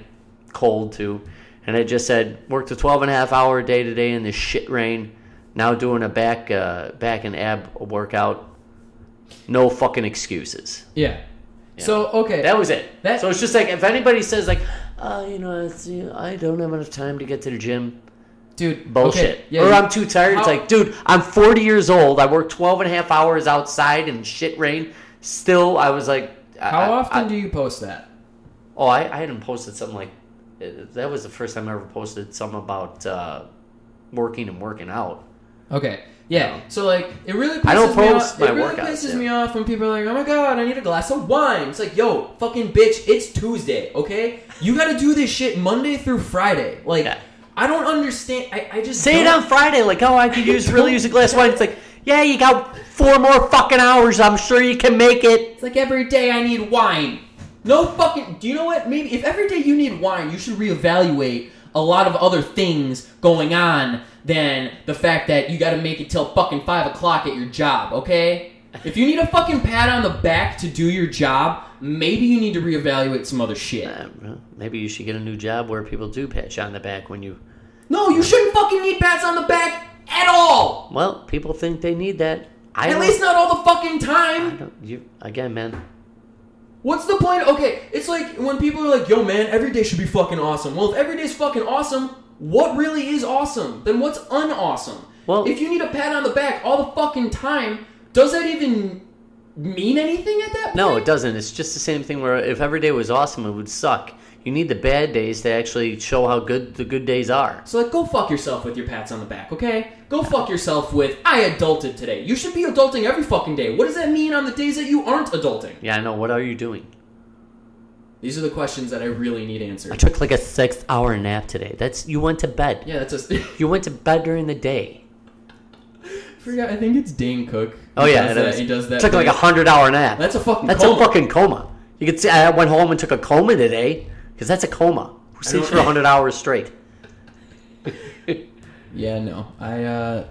Speaker 2: cold too. And I just said, worked a 12 and a half hour day today in this shit rain. Now doing a back, uh, back and ab workout. No fucking excuses.
Speaker 1: yeah. So okay.
Speaker 2: That was it.
Speaker 1: That-
Speaker 2: so it's just like if anybody says like, uh, you know, it's, you know, I don't have enough time to get to the gym.
Speaker 1: dude
Speaker 2: Bullshit.
Speaker 1: Okay. Yeah,
Speaker 2: or
Speaker 1: you-
Speaker 2: I'm too tired. It's
Speaker 1: How-
Speaker 2: like, dude, I'm 40 years old. I work 12 and a half hours outside in shit rain. Still, I was like, I- I-
Speaker 1: how often
Speaker 2: I-
Speaker 1: do you post that?
Speaker 2: oh, I, I hadn't posted something like uh, that was the first time I ever posted something about uh, working and working out.
Speaker 1: Okay. Yeah.
Speaker 2: No.
Speaker 1: So like, it really pisses
Speaker 2: I don't
Speaker 1: me
Speaker 2: post
Speaker 1: off.
Speaker 2: my
Speaker 1: it really
Speaker 2: workouts,
Speaker 1: pisses
Speaker 2: yeah.
Speaker 1: me off when people are like, "Oh my god, I need a glass of wine." It's like, "Yo, fucking bitch, it's Tuesday, okay? You got to do this shit Monday through Friday." Like,
Speaker 2: Yeah.
Speaker 1: I don't understand. I, I just
Speaker 2: Say it
Speaker 1: don't-
Speaker 2: on Friday, like, oh, I could use really use a glass of wine. It's like, yeah, you got four more fucking hours. I'm sure you can make it.
Speaker 1: It's like every day I need wine. No fucking. Do you know what? Maybe if every day you need wine, you should reevaluate a lot of other things going on than the fact that you got to make it till fucking five o'clock at your job. Okay. If you need a fucking pat on the back to do your job, maybe you need to reevaluate some other shit.
Speaker 2: Uh, well, maybe you should get a new job where people do pat you on the back when you
Speaker 1: No, you shouldn't fucking need pats on the back at all.
Speaker 2: Well, people think they need that. I
Speaker 1: at
Speaker 2: don't-
Speaker 1: least not all the fucking time.
Speaker 2: I don't, you again, man.
Speaker 1: What's the point? Okay, it's like when people are like, yo, man, every day should be fucking awesome. Well, if every day's fucking awesome, what really is awesome? Then what's unawesome?
Speaker 2: Well-
Speaker 1: if you need a pat on the back all the fucking time, does that even mean anything at that point?
Speaker 2: No, it doesn't. It's just the same thing where if every day was awesome, it would suck. You need the bad days to actually show how good the good days are.
Speaker 1: So, like, go fuck yourself with your pats on the back, okay? Go fuck yourself with, I adulted today. You should be adulting every fucking day. What does that mean on the days that you aren't adulting?
Speaker 2: Yeah, I know. What are you doing?
Speaker 1: These are the questions that I really need answered.
Speaker 2: I took like a six hour nap today. That's you went to bed.
Speaker 1: Yeah, that's a.
Speaker 2: You went to bed during the day.
Speaker 1: forgot, I think it's Dane Cook.
Speaker 2: Oh
Speaker 1: He
Speaker 2: yeah,
Speaker 1: does
Speaker 2: it
Speaker 1: that-
Speaker 2: is.
Speaker 1: He does that.
Speaker 2: Took like a
Speaker 1: thing.
Speaker 2: hundred hour nap.
Speaker 1: That's a fucking
Speaker 2: That's
Speaker 1: coma.
Speaker 2: a fucking coma. You could see I went home and took a coma today because that's a coma. Who sleeps
Speaker 1: don't-
Speaker 2: for hundred hours straight?
Speaker 1: Yeah, no. I uh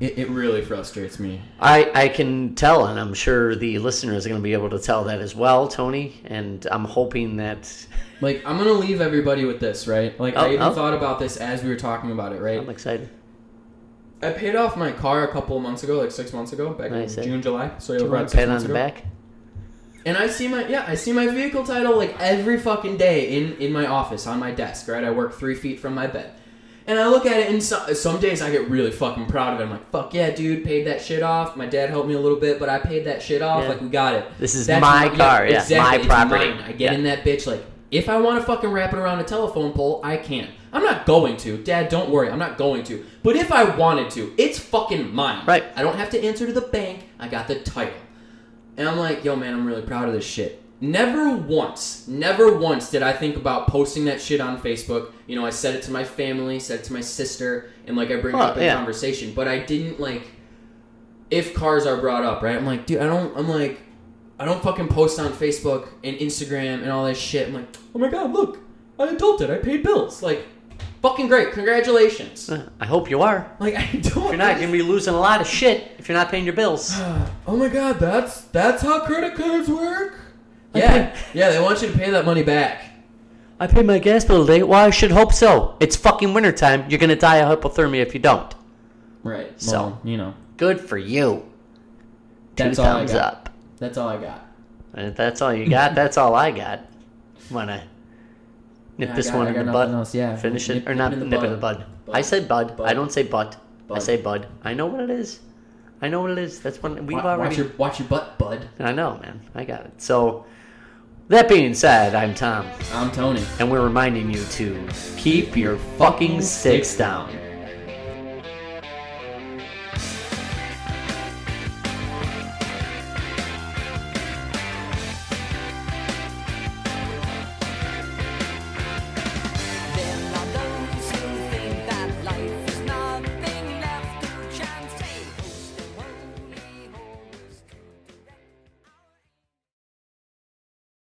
Speaker 1: it, it really frustrates me.
Speaker 2: I, I can tell, and I'm sure the listeners are going to be able to tell that as well, Tony. And I'm hoping that
Speaker 1: Like I'm gonna leave everybody with this, right? Like I
Speaker 2: Oh,
Speaker 1: even
Speaker 2: oh.
Speaker 1: thought about this as we were talking about it, right?
Speaker 2: I'm excited.
Speaker 1: I paid off my car a couple of months ago, like six months ago, back
Speaker 2: Nice, eh?
Speaker 1: in June, July. So
Speaker 2: Do
Speaker 1: yeah,
Speaker 2: you
Speaker 1: around
Speaker 2: want a
Speaker 1: six
Speaker 2: pat on
Speaker 1: months
Speaker 2: the
Speaker 1: ago.
Speaker 2: back?
Speaker 1: And I see my yeah, I see my vehicle title like every fucking day in in my office on my desk. Right, I work three feet from my bed, and I look at it. And so, some days I get really fucking proud of it. I'm like, fuck yeah, dude, paid that shit off. My dad helped me a little bit, but I paid that shit off.
Speaker 2: Yeah.
Speaker 1: Like we got it.
Speaker 2: This is my car, yeah, my
Speaker 1: it's
Speaker 2: property.
Speaker 1: mine. I get
Speaker 2: Yeah.
Speaker 1: in that bitch like. If I want to fucking wrap it around a telephone pole, I can. I'm not going to. Dad, don't worry. I'm not going to. But if I wanted to, it's fucking mine.
Speaker 2: Right.
Speaker 1: I don't have to answer to the bank. I got the title. And I'm like, yo, man, I'm really proud of this shit. Never once, never once did I think about posting that shit on Facebook. You know, I said it to my family, said it to my sister, and like I bring it
Speaker 2: Oh,
Speaker 1: up in
Speaker 2: yeah.
Speaker 1: conversation. But I didn't like, if cars are brought up, right? I'm like, dude, I don't, I'm like, I don't fucking post on Facebook and Instagram and all that shit. I'm like, oh my god, look, I adulted, I paid bills. Like, fucking great, congratulations.
Speaker 2: Uh, I hope you are.
Speaker 1: Like, I don't.
Speaker 2: If you're not, you're going to be losing a lot of shit if you're not paying your bills.
Speaker 1: oh my god, that's that's how credit cards work.
Speaker 2: I
Speaker 1: Yeah,
Speaker 2: pay-
Speaker 1: yeah, they want you to pay that money back.
Speaker 2: I paid my gas bill today. Well, I should hope so. It's fucking wintertime. You're going to die of hypothermia if you don't.
Speaker 1: Right.
Speaker 2: So-
Speaker 1: well, you know,
Speaker 2: Good for you. Two
Speaker 1: That's all I
Speaker 2: thumbs
Speaker 1: got.
Speaker 2: up.
Speaker 1: that's all I got.
Speaker 2: And if that's all you got, that's all I got. Want to nip
Speaker 1: Yeah, I
Speaker 2: this
Speaker 1: got-
Speaker 2: one
Speaker 1: I
Speaker 2: in
Speaker 1: got
Speaker 2: the
Speaker 1: nothing
Speaker 2: bud?
Speaker 1: else, yeah.
Speaker 2: Finish it
Speaker 1: Nip-
Speaker 2: or not?
Speaker 1: nip it in the
Speaker 2: nip it in the bud.
Speaker 1: Bud.
Speaker 2: I said bud. I
Speaker 1: Bud.
Speaker 2: don't say butt. I
Speaker 1: Bud.
Speaker 2: say bud. I know what it is. I know what it is. That's when we've
Speaker 1: Wa-
Speaker 2: already.
Speaker 1: Watch your watch your butt, bud.
Speaker 2: I know, man. I got it. So, that being said, I'm Tom,
Speaker 1: I'm Tony.
Speaker 2: and we're reminding you to keep your fucking sticks down.